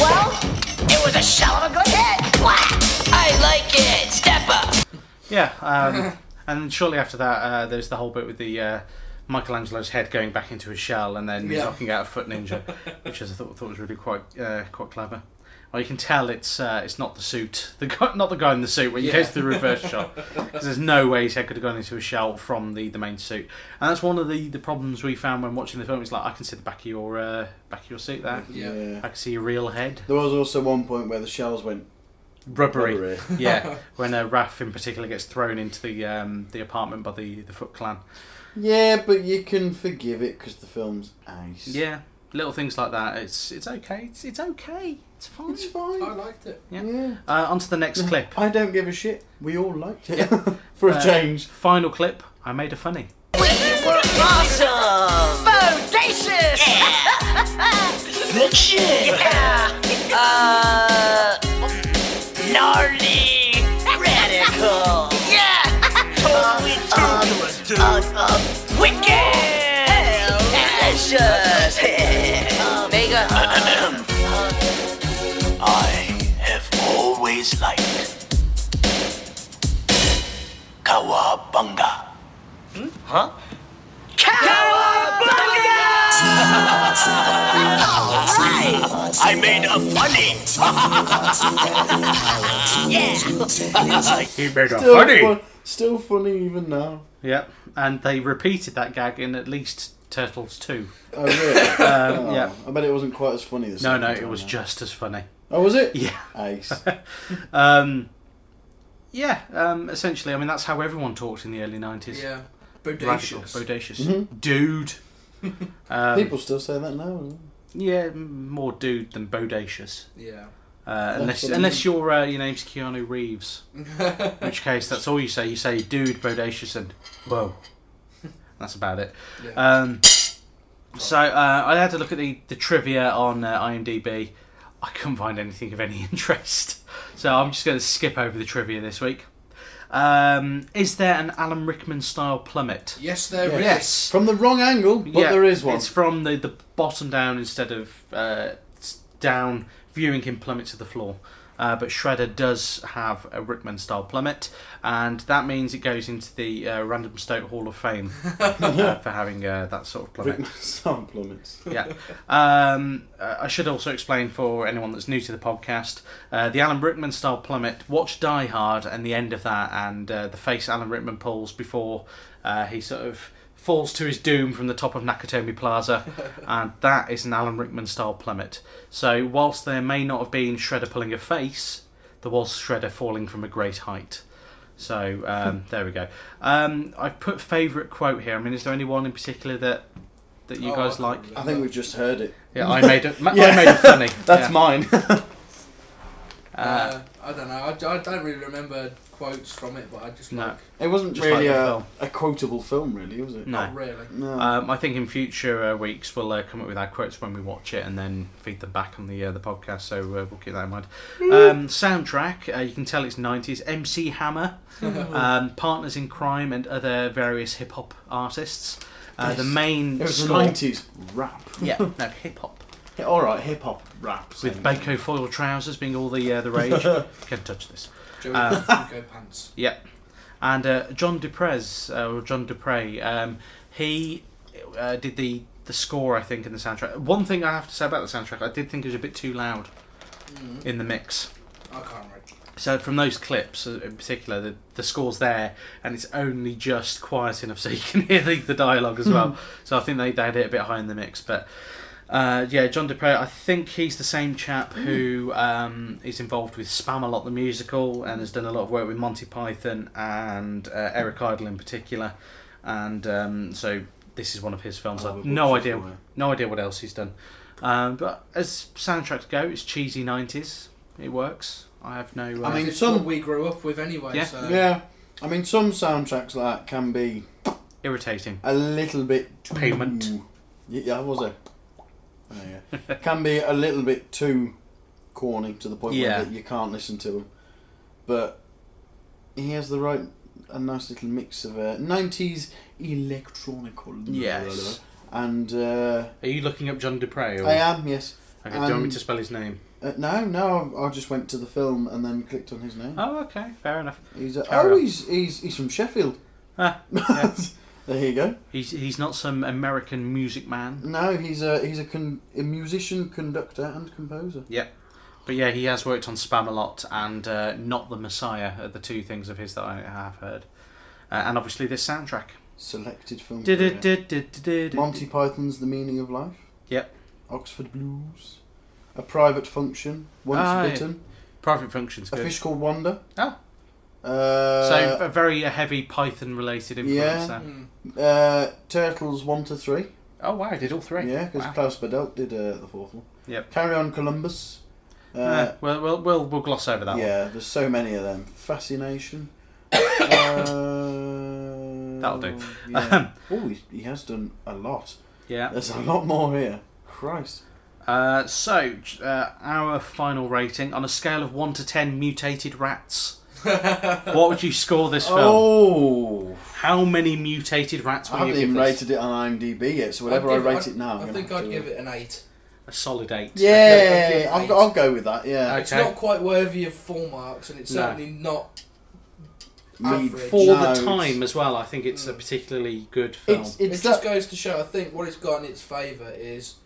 Well, it was a shell of a good hit. I like it. Step up. Yeah, um, and then shortly after that, uh, there's the whole bit with the uh, Michelangelo's head going back into his shell, and then Yeah. knocking out a foot ninja, which is, I thought, thought was really quite uh, quite clever. Well, you can tell it's uh, it's not the suit, the guy, not the guy in the suit when you go to the reverse shot, 'Cause there's no way his head could have gone into a shell from the, the main suit, and that's one of the, the problems we found when watching the film. It's like I can see the back of your uh, back of your suit there, Yeah. I can see your real head. There was also one point where the shells went Rubbery. Rubbery. yeah, when uh, Raph in particular gets thrown into the um, the apartment by the the Foot Clan. Yeah, but you can forgive it because the film's ace. Yeah, little things like that. It's it's okay. It's it's okay. It's fine. It's fine. I liked it. yeah. yeah. Uh, on to the next clip. Uh, I don't give a shit. We all liked it. For a change. Final clip. I made a funny. Awesome! Bodacious! Good shit! Yeah! Uh. Gnarly! Radical! yeah! Um, Totally turbulent, dude! wicked! Oh, Delicious! Mega I have always liked Kawabunga. I made a funny. He made a Still, fun- still funny even now. Yeah, and they repeated that gag in at least Turtles two. Oh, really? Um, yeah. I bet it wasn't quite as funny this No, time. no, it was just as funny. Oh, was it? Yeah. Ace. Um, yeah, um, essentially, I mean, that's how everyone talked in the early 90s. Yeah. Radical, Bodacious. bodacious. Dude. Um, People still say that now. Yeah, m- more dude than bodacious. Yeah. Uh, unless what I unless your uh, your name's Keanu Reeves, in which case that's all you say. You say dude, bodacious, and whoa. That's about it. Yeah. Um, so uh, I had to look at the, the trivia on uh, IMDb. I couldn't find anything of any interest, so I'm just going to skip over the trivia this week. Um, is there an Alan Rickman style plummet? Yes, there is. Yes. From the wrong angle, but Yeah, there is one. It's from the, the bottom down instead of uh, s- down, viewing him plummet to the floor. Uh, but Shredder does have a Rickman style plummet, and that means it goes into the uh, Random Stoke Hall of Fame uh, for having uh, that sort of plummet. Some plummets. yeah. Um, uh, I should also explain for anyone that's new to the podcast uh, the Alan Rickman style plummet. Watch Die Hard and the end of that, and uh, the face Alan Rickman pulls before uh, he sort of falls to his doom from the top of Nakatomi Plaza, and that is an Alan Rickman style plummet. So, whilst there may not have been Shredder pulling a face, there was Shredder falling from a great height. So um, there we go. Um, I've put favourite quote here. I mean, is there anyone in particular that that you Oh, guys I- like? I think we've just heard it. Yeah, I made it. ma- I Yeah. made it funny. That's Yeah. mine. Uh, I don't know. I, I don't really remember quotes from it, but I just No. like. it wasn't Just really like the a, film. a quotable film, Oh, really, was it? No. Not really. Um, I think in future uh, weeks we'll uh, come up with our quotes when we watch it and then feed them back on the uh, the podcast. So uh, we'll keep that in mind. Um, soundtrack, uh, you can tell it's nineties. MC Hammer, um, Partners in Crime, and other various hip hop artists. Uh, the main It was the score- 90s rap. Yeah, no hip hop. Alright, hip hop rap. With same. Baco foil trousers being all the uh, the rage. Can't touch this. Joey Um, Funko Pants. Yeah, and uh, John Duprez uh, or John Dupre, um, he uh, did the the score, I think, in the soundtrack. One thing I have to say about the soundtrack, I did think it was a bit too loud in the mix. I can't remember. So from those clips, uh, in particular, the, the score's there, and it's only just quiet enough so you can hear the, the dialogue as well. so I think they, they had it a bit high in the mix, but. Uh, yeah, John Dupre. I think he's the same chap who um, is involved with Spam a lot, the musical, and has done a lot of work with Monty Python and uh, Eric Idle in particular. And um, so this is one of his films. I'll I've have a no watch idea, before, yeah. no idea what else he's done. Um, but as soundtracks go, it's cheesy '90s. It works. I have no. Uh, I mean, It's some- what we grew up with anyway. Yeah. So Yeah. I mean, some soundtracks like that can be irritating. a little bit too... Payment. Yeah, yeah, I was there. Oh, yeah. can be a little bit too corny to the point Yeah. where that you can't listen to him. But he has the right, a nice little mix of uh, 90s electronical. Yes. And uh, Are you looking up John Dupre? Or... I am, um, yes. Okay, do you want me and- to spell his name? Uh, no, no, I I just went to the film and then clicked on his name. Oh, okay, fair enough. He's uh, Carry oh, on. he's, he's he's from Sheffield. Ah, there you go. He's he's not some American music man. No, he's a he's a, con- a musician, conductor, and composer. Yeah. But yeah, he has worked on Spam a lot and uh, Not the Messiah are the two things of his that I have heard. Uh, and obviously this soundtrack. Selected film. career. Du-du-du-du-du-du. Monty Python's The Meaning of Life, Yep. Oxford Blues, A Private Function, Once Ah, yeah. Bitten, Private Function's A good. fish called Wanda. Oh. Uh, So a very heavy Python related influence yeah. there. uh, Turtles one to three. Oh wow, I did all three. Yeah, because Wow. Klaus Badelt did uh, the fourth one. Yep. Carry on Columbus. Uh, Uh, we'll, we'll we'll we'll gloss over that one. yeah, there's so many of them. Fascination. uh, That'll do. Yeah. oh, he, he has done a lot. Yeah. There's a lot more here. Christ. Uh, so uh, our final rating on a scale of one to ten mutated rats. what would you score this film? Oh, How many mutated rats I would you haven't give even this? rated it on IMDb yet, so whatever I I'd give- rate I'd- it now, I'm I gonna think have I'd to- give it an eight. A solid eight. I'd give Yeah, it I'll, eight. go- I'll go with that. Yeah, Okay. It's not quite worthy of full marks, and it's No. certainly not Me- average. For No, the it's- time as well, I think it's a particularly good film. it's It it's just that. goes to show. I think what it's got in its favour is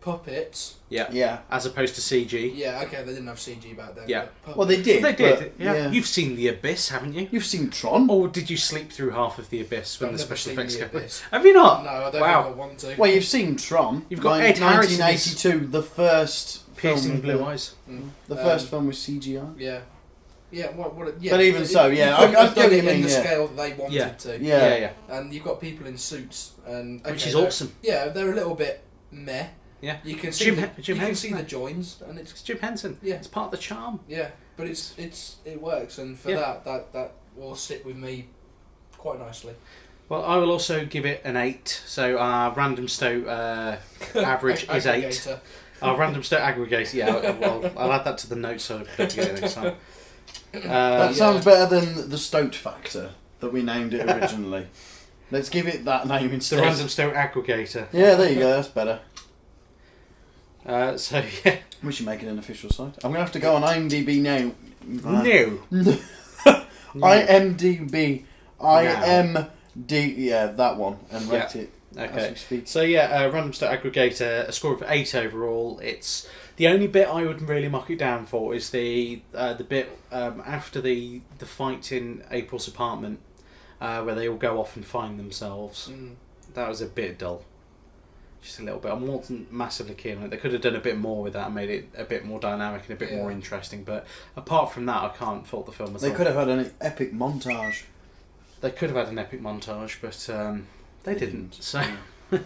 puppets. yeah. yeah. As opposed to CG. Yeah, okay, they didn't have CG back then. Yeah. but Well, they did. They did. but- Yeah. Oh, You've seen The Abyss, haven't you? You've seen Tron. Or did you sleep through half of The Abyss when I've the never special seen effects The came? Abyss. Have you not? No, I don't wow. think I want to. Well, you've seen Tron. You've got Nin- Ed Harris in 1982, the first Piercing film blue Um, with eyes. The, the first film with CGI. Yeah. Yeah, what, what, yeah. But even so, yeah, I- I, I get have done what it you mean, in the yeah. scale that they wanted Yeah. to. Yeah. yeah. yeah. And you've got people in suits, and Which okay, is they're- awesome. Yeah, they're a little bit meh. Yeah. You can It's see Jim the, Hen- Jim you can Henson, see the mate. joins, and it's It's Jim Henson. Yeah. It's part of the charm. yeah, but it's it's it works, and for Yeah. that that that will sit with me quite nicely. Well, I will also give it an eight. So our random stow uh, average is eight. Aggregator. Our random stow aggregator. Yeah, I'll, I'll, I'll add that to the notes so I don't forget it next time. That Uh, sounds better than the Stoat Factor that we named it originally. Let's give it that name the instead. random stow aggregator. Yeah, there you go. That's better. Uh, so yeah, We should make it an official site. I'm gonna have to go on IMDb now. new. IMDb. Now. IMD. Yeah, that one, and rate Yeah. it as Okay. we speak. So yeah, uh, random stat aggregator, a score of eight overall. It's the only bit I would really mark it down for is the uh, the bit um, after the the fight in April's apartment, uh, where they all go off and find themselves. Mm. That was a bit dull, just a little bit. I wasn't massively keen on it. They could have done a bit more with that and made it a bit more dynamic and a bit Yeah. more interesting. But apart from that, I can't fault the film at They all. could have had an epic montage. They could have had an epic montage, but um, they, They didn't. didn't, So,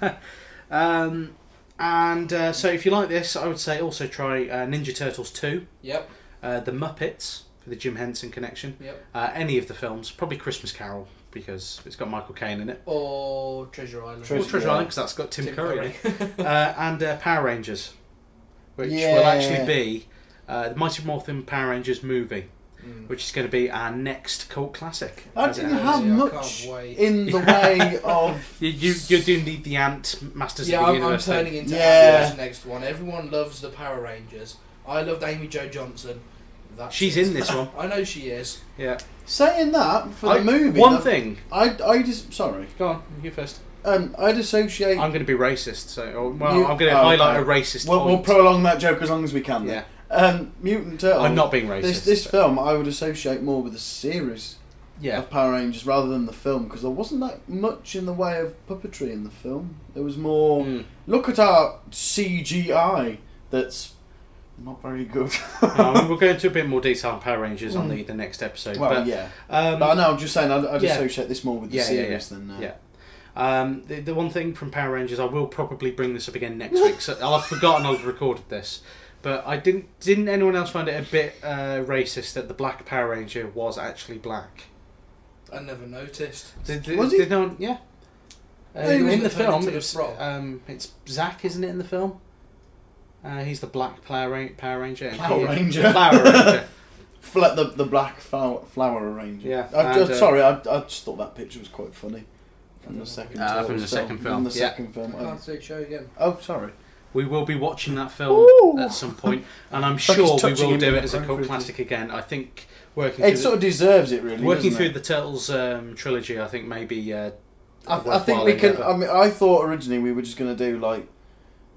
um, and uh, so if you like this, I would say also try uh, Ninja Turtles two, Yep. uh, the Muppets for the Jim Henson connection. Yep. Uh, any of the films, probably Christmas Carol because it's got Michael Caine in it. Or Treasure Island. Or Treasure- Treasure yeah. Island because that's got Tim, Tim Curry. in Curry. it. uh, and uh, Power Rangers, which will Yeah. actually be uh, the Mighty Morphin Power Rangers movie, which is going to be our next cult classic. I as it didn't happens. have yeah, I can't much wait. in the way of You, you, you do need the ant masters Yeah, of the I'm, I'm universe. thing. turning into Yeah. Apple's next one. Everyone loves the Power Rangers. I loved Amy Jo Johnson. That's She's it. in this one. I know she is. Yeah. saying that for I- the movie. One that- thing. I I just sorry. Go on, you first. Um, I'd associate. I'm going to be racist, so or, well, Mut- I'm going to oh, highlight okay. a racist We'll, we'll point. prolong that joke as long as we can. Then. Um, Mutant Turtle. I'm not being racist. This this film I would associate more with the series yeah. of Power Rangers rather than the film because there wasn't that much in the way of puppetry in the film. There was more. Mm. Look at our CGI. That's not very good. Um, we'll go into a bit more detail on Power Rangers on the, the next episode. well, but, yeah. Um, But no, I'm just saying I'd, I'd yeah. associate this more with the series than. Uh, yeah. Um, the, the one thing from Power Rangers, I will probably bring this up again next week. So I've forgotten I've recorded this, but I didn't. Didn't anyone else find it a bit uh, racist that the black Power Ranger was actually black? I never noticed. Did, did, Was he? did no one- yeah. Uh, he in wasn't the turned film, into it the was, frog. um, it's Zach, isn't it? In the film, uh, he's the black Power, Ra- Power Ranger. and Power he- Ranger. Power Ranger. Fla- the, the black flower, flower arranger. Yeah, I and, just, uh, sorry, I, I just thought that picture was quite funny. From the second Ah, Turtles from the second film, From the yeah. second I film. Oh, can't see it show again. oh, sorry. We will be watching that film at some point, and I'm like he's sure we touching will him do it as a cult inappropriately. classic again. I think working It through sort of deserves it, really. the, working doesn't through it? the Turtles um, trilogy, I think maybe. Uh, I, I think we can. I mean, I thought originally we were just going to do like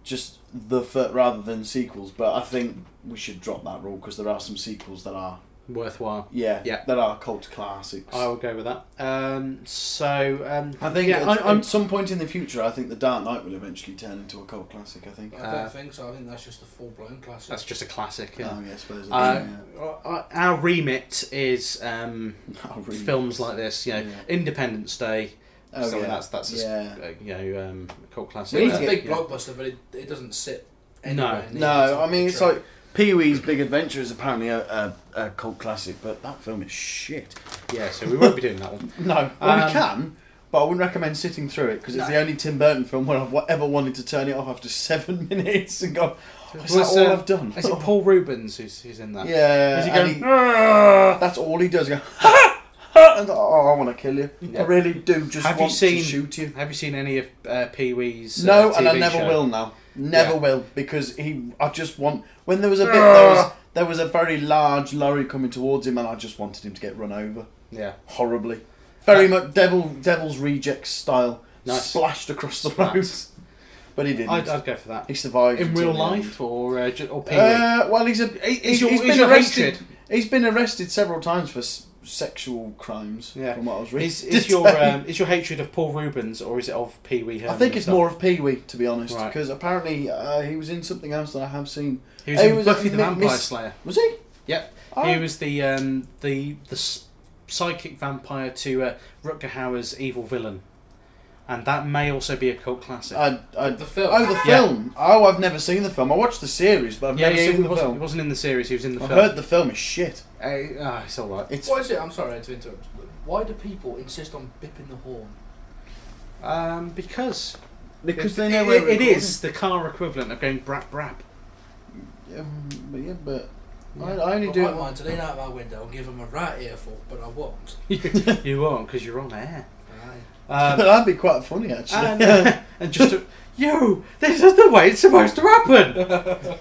just the fir- rather than sequels, but I think we should drop that rule because there are some sequels that are worthwhile. Yeah, Yeah. that are cult classics. I will go with that. Um, so um, I think yeah, at, I, I'm at some point in the future, I think The Dark Knight will eventually turn into a cult classic. I Uh, think. I don't think so. I think that's just a full blown classic. that's just a classic. Yeah. Oh, yeah, I suppose. Uh, yeah. uh, Our remit is um, Our remit. films like this, you know, Yeah. Independence Day. Oh, so yeah. that's that's a, s- Yeah. uh, you know um, cult classic. We need It's Uh, a to big yeah. blockbuster, but it, it doesn't sit. No. anywhere near No, the I mean it's picture. like Pee Wee's Big Adventure is apparently a, a, a cult classic, but that film is shit. yeah, so we won't be doing that one. No, well, Um, we can, but I wouldn't recommend sitting through it because it's the only Tim Burton film where I've wa- ever wanted to turn it off after seven minutes and go, "Oh, "Is that Was, all uh, I've done?" Oh. Is it Paul Rubens who's, who's in that? Yeah, Is he and going? he- "Ah!" that's all he does. Go, and oh, I want to kill you. I really do. Just Have you want seen? to shoot you. Have you seen any of uh, Pee Wee's? No, uh, and I TV never show? will now. Never Yeah. Ah! will because he. I just want when there was a bit there was there was a very large lorry coming towards him, and I just wanted him to get run over Yeah. horribly, very much devil devil's rejects style, Nice. splashed across the Splat. road. But he didn't. I'd, I'd go for that. he survived In until real the life or uh, ju- or Pee end. Wee? Uh, well, he's a he, Is your- he's is been your arrested. hatred- He's been arrested several times for s- sexual crimes. yeah. from what I was reading. Is, is your um, is your hatred of Paul Rubens or is it of Pee Wee? I think it's more of Pee Wee, to be honest, Right. because apparently uh, he was in something else that I have seen. He was in Buffy the Mi- Vampire Miss- Slayer. Was he? Yep. He Oh. was the um, the the s- psychic vampire to uh, Rutger Hauer's evil villain, and that may also be a cult classic. I, I, The film. Oh, the Yeah. film. Oh, I've never seen the film. I watched the series, but I've yeah, never yeah, he seen the wasn't, he film. wasn't in the series. He was in the I've film. heard the film is shit. Uh, ah, it's all right. It's What is it? I'm sorry to interrupt. but Why do people insist on bipping the horn? Um, because because it, they know it- where we're it is recording. the car equivalent of going brap brap. Um, but yeah, but I, I only I do. might mind to lean out my window and give them a right earful, but I won't. you won't because you're on air. Aye. Um, That'd be quite funny, actually. and, uh, and just to, yo, this is the way it's supposed to happen,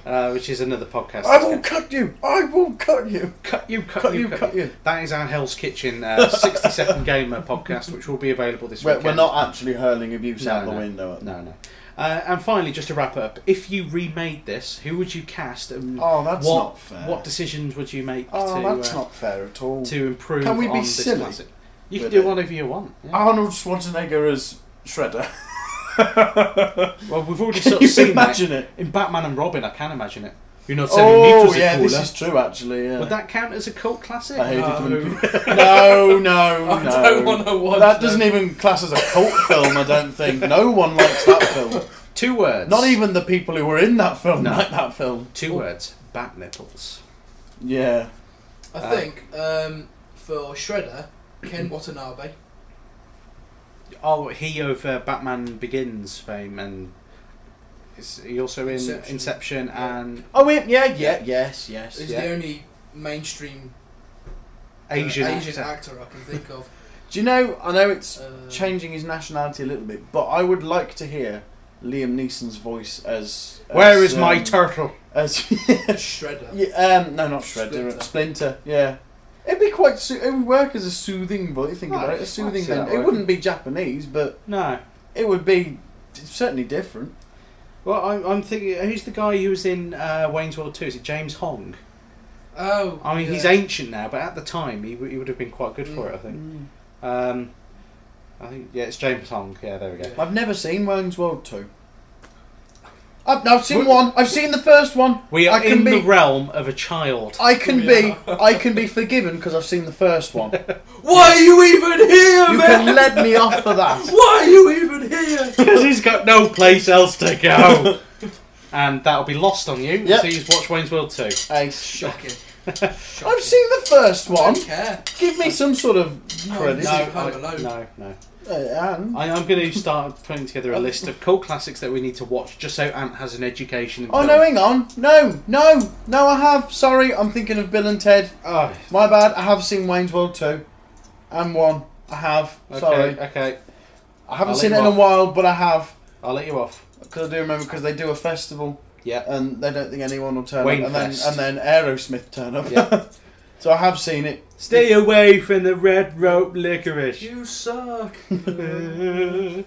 uh, which is another podcast. I will cut you. I will cut you. cut you, cut, cut you, you, cut, cut you. you. That is our Hell's Kitchen uh, 60 Second Gamer podcast, which will be available this We're, weekend. we're not actually hurling abuse No, out the no. window. At No, no. Uh, and finally, just to wrap up, if you remade this, who would you cast? And Oh, that's what, not fair. What decisions would you make Oh, to that's uh, not fair at all. to improve? Can we be on this silly classic? You can with do it? Ah. whatever you want. yeah. Arnold Schwarzenegger as Shredder. Well, we've already Can sort you of seen imagine that. it? in Batman and Robin. I can imagine it. You're not saying oh, oh was yeah, yeah, a this caller. is true actually. Yeah. Would that count as a cult classic? I hated No. when people- No, no, I no. don't wanna watch that. Doesn't that. even class as a cult film. I don't think. No one likes that film. Two words. Not even Oh. the people who were in that film No. like that film. two words. Bat nipples. Yeah. I think um, for Shredder, Ken Mm-hmm. Watanabe. Oh, he of uh, Batman Begins fame, and is he also in Inception, Uh, Inception. and Oh, wait, yeah, yeah, yes, yes. is yeah. the only mainstream uh, Asian, Asian actor. actor I can think of. Do you know? I know it's Uh, changing his nationality a little bit, but I would like to hear Liam Neeson's voice as. as Where is my um, turtle? As Shredder. Yeah, um, no, not Shredder. Splinter. Splinter. Yeah. It'd be quite. Su- it would work as a soothing voice. Think Right, about it, a I'd soothing see that thing. It working. wouldn't be Japanese, but No. it would be certainly different. Well, I'm, I'm thinking, who's the guy who was in uh, Wayne's World 2? Is it James Hong? Oh, I mean, yeah. he's ancient now, but at the time, he, w- he would have been quite good for it, I think. Um, I think, yeah, it's James Hong. Yeah, there we go. Yeah. I've never seen Wayne's World two. I've, I've seen one. I've seen the first one. We are I can in be. the realm of a child. I can be. I can be forgiven because I've seen the first one. Why are you even here, You man? can let me off for that. Why are you even here? Because he's got no place else to go. and that'll be lost on you Yep. So you've watched Wayne's World 2. Hey, shock. Shocking. I've seen the first I one. don't care. Give me some sort of No, credit. no, I- Home Alone. no, no. Uh, and I, I'm going to start putting together a list of cult classics that we need to watch, just so Ant has an education. in film. Oh no, hang on. No, no, no, I have. Sorry, I'm thinking of Bill and Ted. Oh, My bad, I have seen Wayne's World 2 and 1. I have. okay, Sorry. okay. I haven't I'll seen it let in you a off. while, but I have. I'll let you off. Uh, Because I do remember, because they do a festival Yeah. and they don't think anyone will turn Wayne up. And then, Fest. and then Aerosmith turn up. Yeah. so I have seen it. Stay away from the red rope licorice. You suck. I,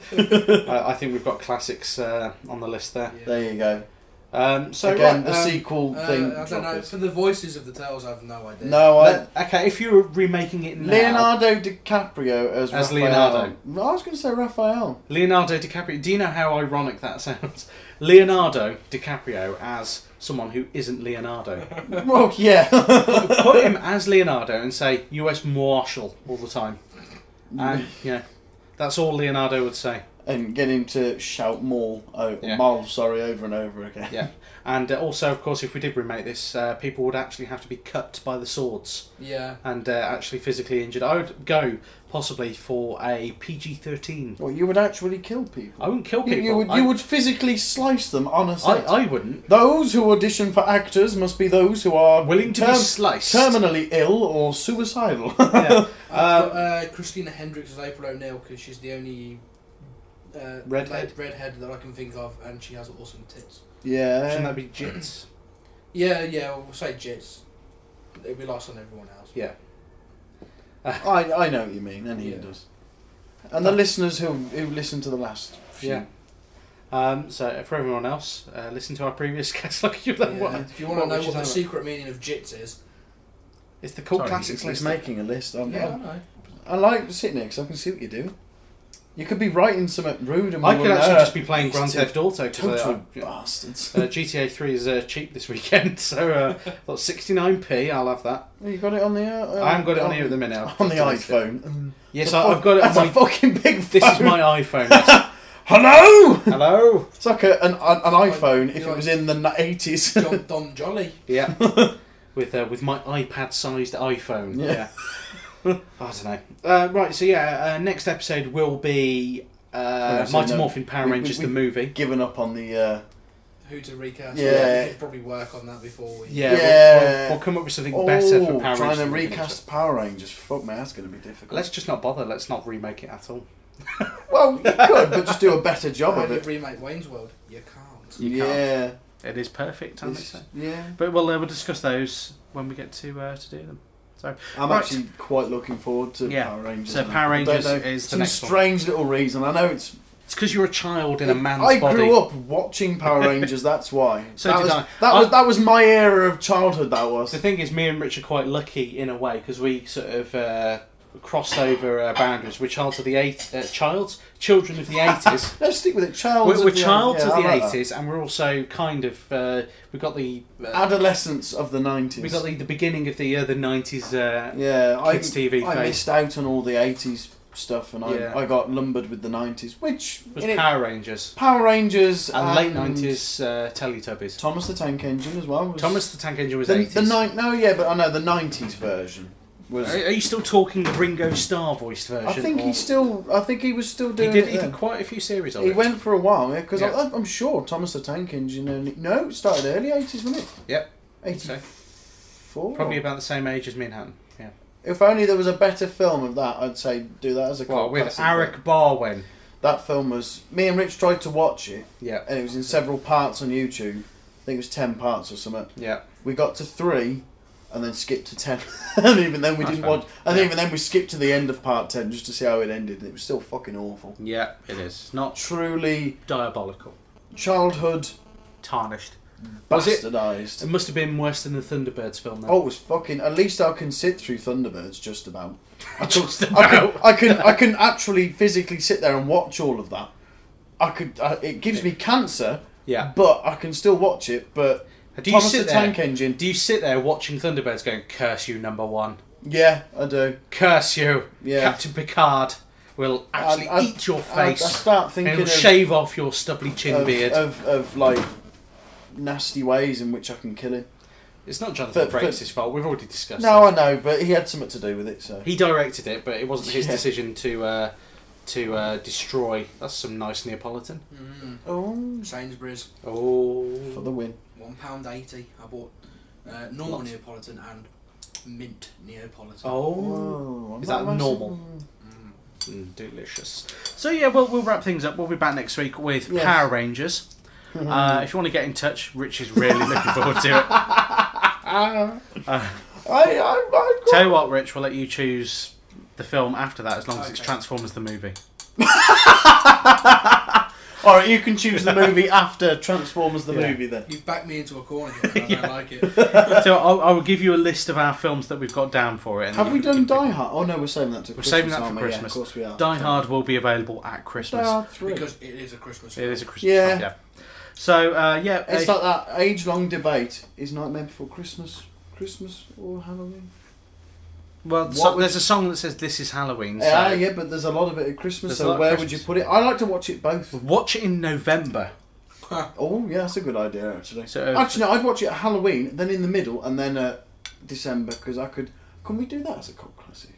I think we've got classics uh, on the list there. There you go. Um, so Again, right, the um, sequel Uh, thing. I don't know. droppers. For the voices of the tales, I have no idea. No, I, but- okay, if you were remaking it now, Leonardo DiCaprio as, As Raphael. Leonardo. I was going to say Raphael. Leonardo DiCaprio. Do you know how ironic that sounds? Leonardo DiCaprio as someone who isn't Leonardo. Well, yeah. Put him as Leonardo and say U.S. Marshal all the time, and yeah, that's all Leonardo would say. and get him to shout Maul, oh, Yeah. Maul, sorry, over and over again. Yeah, and uh, also, of course, if we did remake this, uh, people would actually have to be cut by the swords Yeah. and uh, actually physically injured. I would go possibly for a PG thirteen. Well, you would actually kill people. I wouldn't kill You, people. you would, I, you would physically slice them on a I, set. I wouldn't. Those who audition for actors must be those who are Willing to be sliced. terminally ill, or suicidal. Yeah. I put, uh, Christina Hendricks as April O'Neil because she's the only uh, Redhead. red- redhead that I can think of, and she has awesome tits. yeah. Shouldn't that be jits? Yeah, yeah. We'll say jits. It'd be lost on everyone else. Yeah. I, I know what you mean, and he Yeah. does. And the listeners who who listened to the last Oh. few. Yeah. Um, so for everyone else, uh, listen to our previous cast. Look, you know Yeah. what? If you want to know would what the say? secret meaning of jits is, it's the cult Sorry, classics he's list. making a list. I'm, yeah, I I'm- know. I like sitting here because I can see what you do. You could be writing something rude and I we could wouldn't actually know. just be playing Grand Total- Theft Auto because Total uh, I- bastards. uh, GTA Three is uh, cheap this weekend, so uh, thought 69p. I'll have that. you got it on the. Uh, I haven't got it on here at the minute. I've On the deleted it. iPhone. Mm. Yes, The I, fuck- I've got it. That's on a my, fucking big. Phone. This is my iPhone. Yes. Hello. Hello. It's like a, an, an iPhone if Yeah. it was in the eighties. John Don Jolly. Yeah. with uh, with my iPad-sized iPhone. Yeah. I don't know. Uh, right. So yeah, uh, next episode will be uh, so Mighty no, Morphin Power we- we- Rangers we- the movie. Given up on the. Uh, Who to recast? Yeah. we could probably work on that before we. Yeah, we'll- We'll, Yeah. we'll come up with something oh, better for Power trying Rangers. to than we did. recast Power Rangers. Fuck me, that's going to be difficult. Let's just not bother. Let's not remake it at all. well, you could, but just do a better job How of do you it. remake Wayne's World? You can't. Yeah. It is perfect, I It's- Yeah. But we'll uh, we'll discuss those when we get to uh, to do them. So I'm right. actually quite looking forward to Yeah. Power Rangers. So now. Power I don't Rangers know, is the some next one. strange little reason. I know it's. It's because you're a child in a man's I body. grew up watching Power Rangers. That's why. So that did was, I. That I- was that was my era of childhood. That was. The thing is, me and Rich are quite lucky in a way because we sort of uh, crossed over uh, boundaries. We're childs of the eight, uh, childs, children of the eighties. Let's stick with it. Child. we're we're childs yeah, of I the like that. eighties, and we're also kind of uh, we got the uh, Adolescence of the nineties. we got the, the beginning of the uh, the nineties. Uh, yeah. I, kids' TV I phase. missed out on all the eighties stuff, and I, Yeah. I got lumbered with the nineties, which was in it- Power Rangers Power Rangers and, late nineties uh, Teletubbies. Thomas the Tank Engine as well. was- Thomas the Tank Engine was The, eighties. the ni- no, yeah, but I know the nineties version was. Are, are you still talking the Ringo Starr voiced version? I think or- he still. I think he was still He doing. did. it He then. did quite a few series of He it. went for a while because Yeah. I'm sure Thomas the Tank Engine. Only, no, it started early eighties, wasn't it? Yep. Eighty So four. probably about the same age as Manhattan. Yeah. If only there was a better film of that, I'd say do that as a. Well, cult with classic, Arik but Barwen. That film was. Me and Rich tried to watch it, Yeah. and it was in several parts on YouTube. I think it was ten parts or something. Yeah. We got to three, and then skipped to ten, and even then we That's didn't fine. watch. And Yeah. even then we skipped to the end of part ten just to see how it ended, and it was still fucking awful. Yeah. It is not Truly diabolical. childhood Tarnished. Was it- bastardized. It must have been worse than the Thunderbirds film. Then. Oh, it was fucking. At least I can sit through Thunderbirds just about. I could- Just I can, about. I can. I can actually physically sit there and watch all of that. I could. I, it gives me cancer. Yeah. But I can still watch it. But Do you Thomas sit the there- Tank Engine. Do you sit there watching Thunderbirds going, "Curse you, number one! yeah, I do. Curse you, Yeah. Captain Picard will actually I- I- eat your I, I face start and thinking will of, shave off your stubbly chin of, beard." of of like nasty ways in which I can kill him. it's not Jonathan but- but- Frakes' fault. We've already discussed. No, this. I know, but he had something to do with it. So He directed it, but it wasn't his Yeah. decision to uh, to uh, destroy. That's some nice Neapolitan. oh, Sainsbury's, for Oh, the win. one pound eighty. I bought uh, normal Neapolitan and mint Neapolitan. oh, Oh, I'm Is not that massive- normal? Mm, delicious. So yeah, we'll we'll wrap things up. We'll be back next week with Yes. Mm-hmm. Power Rangers. Uh, if you want to get in touch, Rich is really looking forward to it. I, I, I, Tell you what, Rich, we'll let you choose the film after that, as long as it's Okay. Transformers the movie. All right, you can choose the movie after Transformers the movie then. You've backed me into a corner here. and I don't like it. So I'll, I will give you a list of our films that we've got down for it. and Have you we can pick- done Die Hard? Oh no, we're saving that to We're Christmas. saving that aren't for we? Christmas. Yeah, of course we are. Die Hard will be available at Christmas. Die Hard three. Because it is a Christmas It film. is a Christmas. Yeah. film, yeah. So uh, yeah, It's a- like that age-long debate: is Nightmare Before Christmas, Christmas or Halloween? well, what so- would- there's a song that says "This is Halloween." So Yeah, yeah, but there's a lot of it at Christmas. There's a So lot at where would Christmas. you put it? I like to watch it both. watch it in November. Oh yeah, that's a good idea actually. So, uh, actually, no, I'd watch it at Halloween, then in the middle, and then uh, December because I could. Can we do that as a cult classic?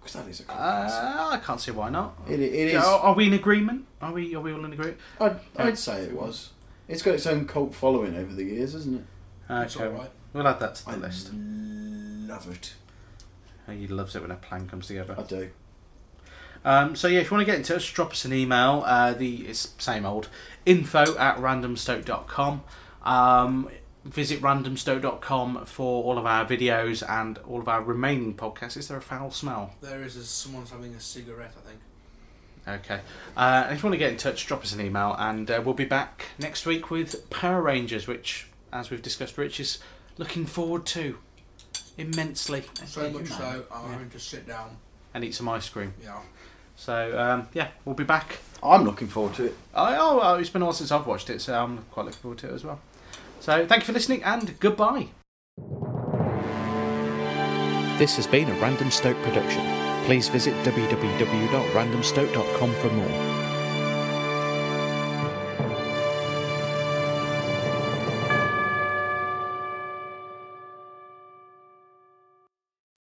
Because that is a cult classic. Uh, I can't see why not. It, it is. Are, are we in agreement? Are we? Are we all in agreement? I'd, I'd say it was. It's got its own cult following over the years, isn't it? It's Okay, alright. we'll add that to the list. Love it. He loves it when a plan comes together. I do. Um, so yeah, if you want to get in touch, drop us an email. Uh, the it's same old info at randomstoke.com. Um, visit randomstoke.com for all of our videos and all of our remaining podcasts. Is there a foul smell? There is a, someone's having a cigarette, I think. Okay. Uh, and if you want to get in touch, drop us an email, and uh, we'll be back next week with Power Rangers, which, as we've discussed, Rich is looking forward to immensely. So much so, I'm having to sit down. And eat some ice cream. Yeah. So um, yeah, we'll be back I'm looking forward to it. I, oh, oh, it's been a while since I've watched it, so I'm quite looking forward to it as well. So, thank you for listening and goodbye. This has been a Random Stoke production. Please visit www.randomstoke.com for more.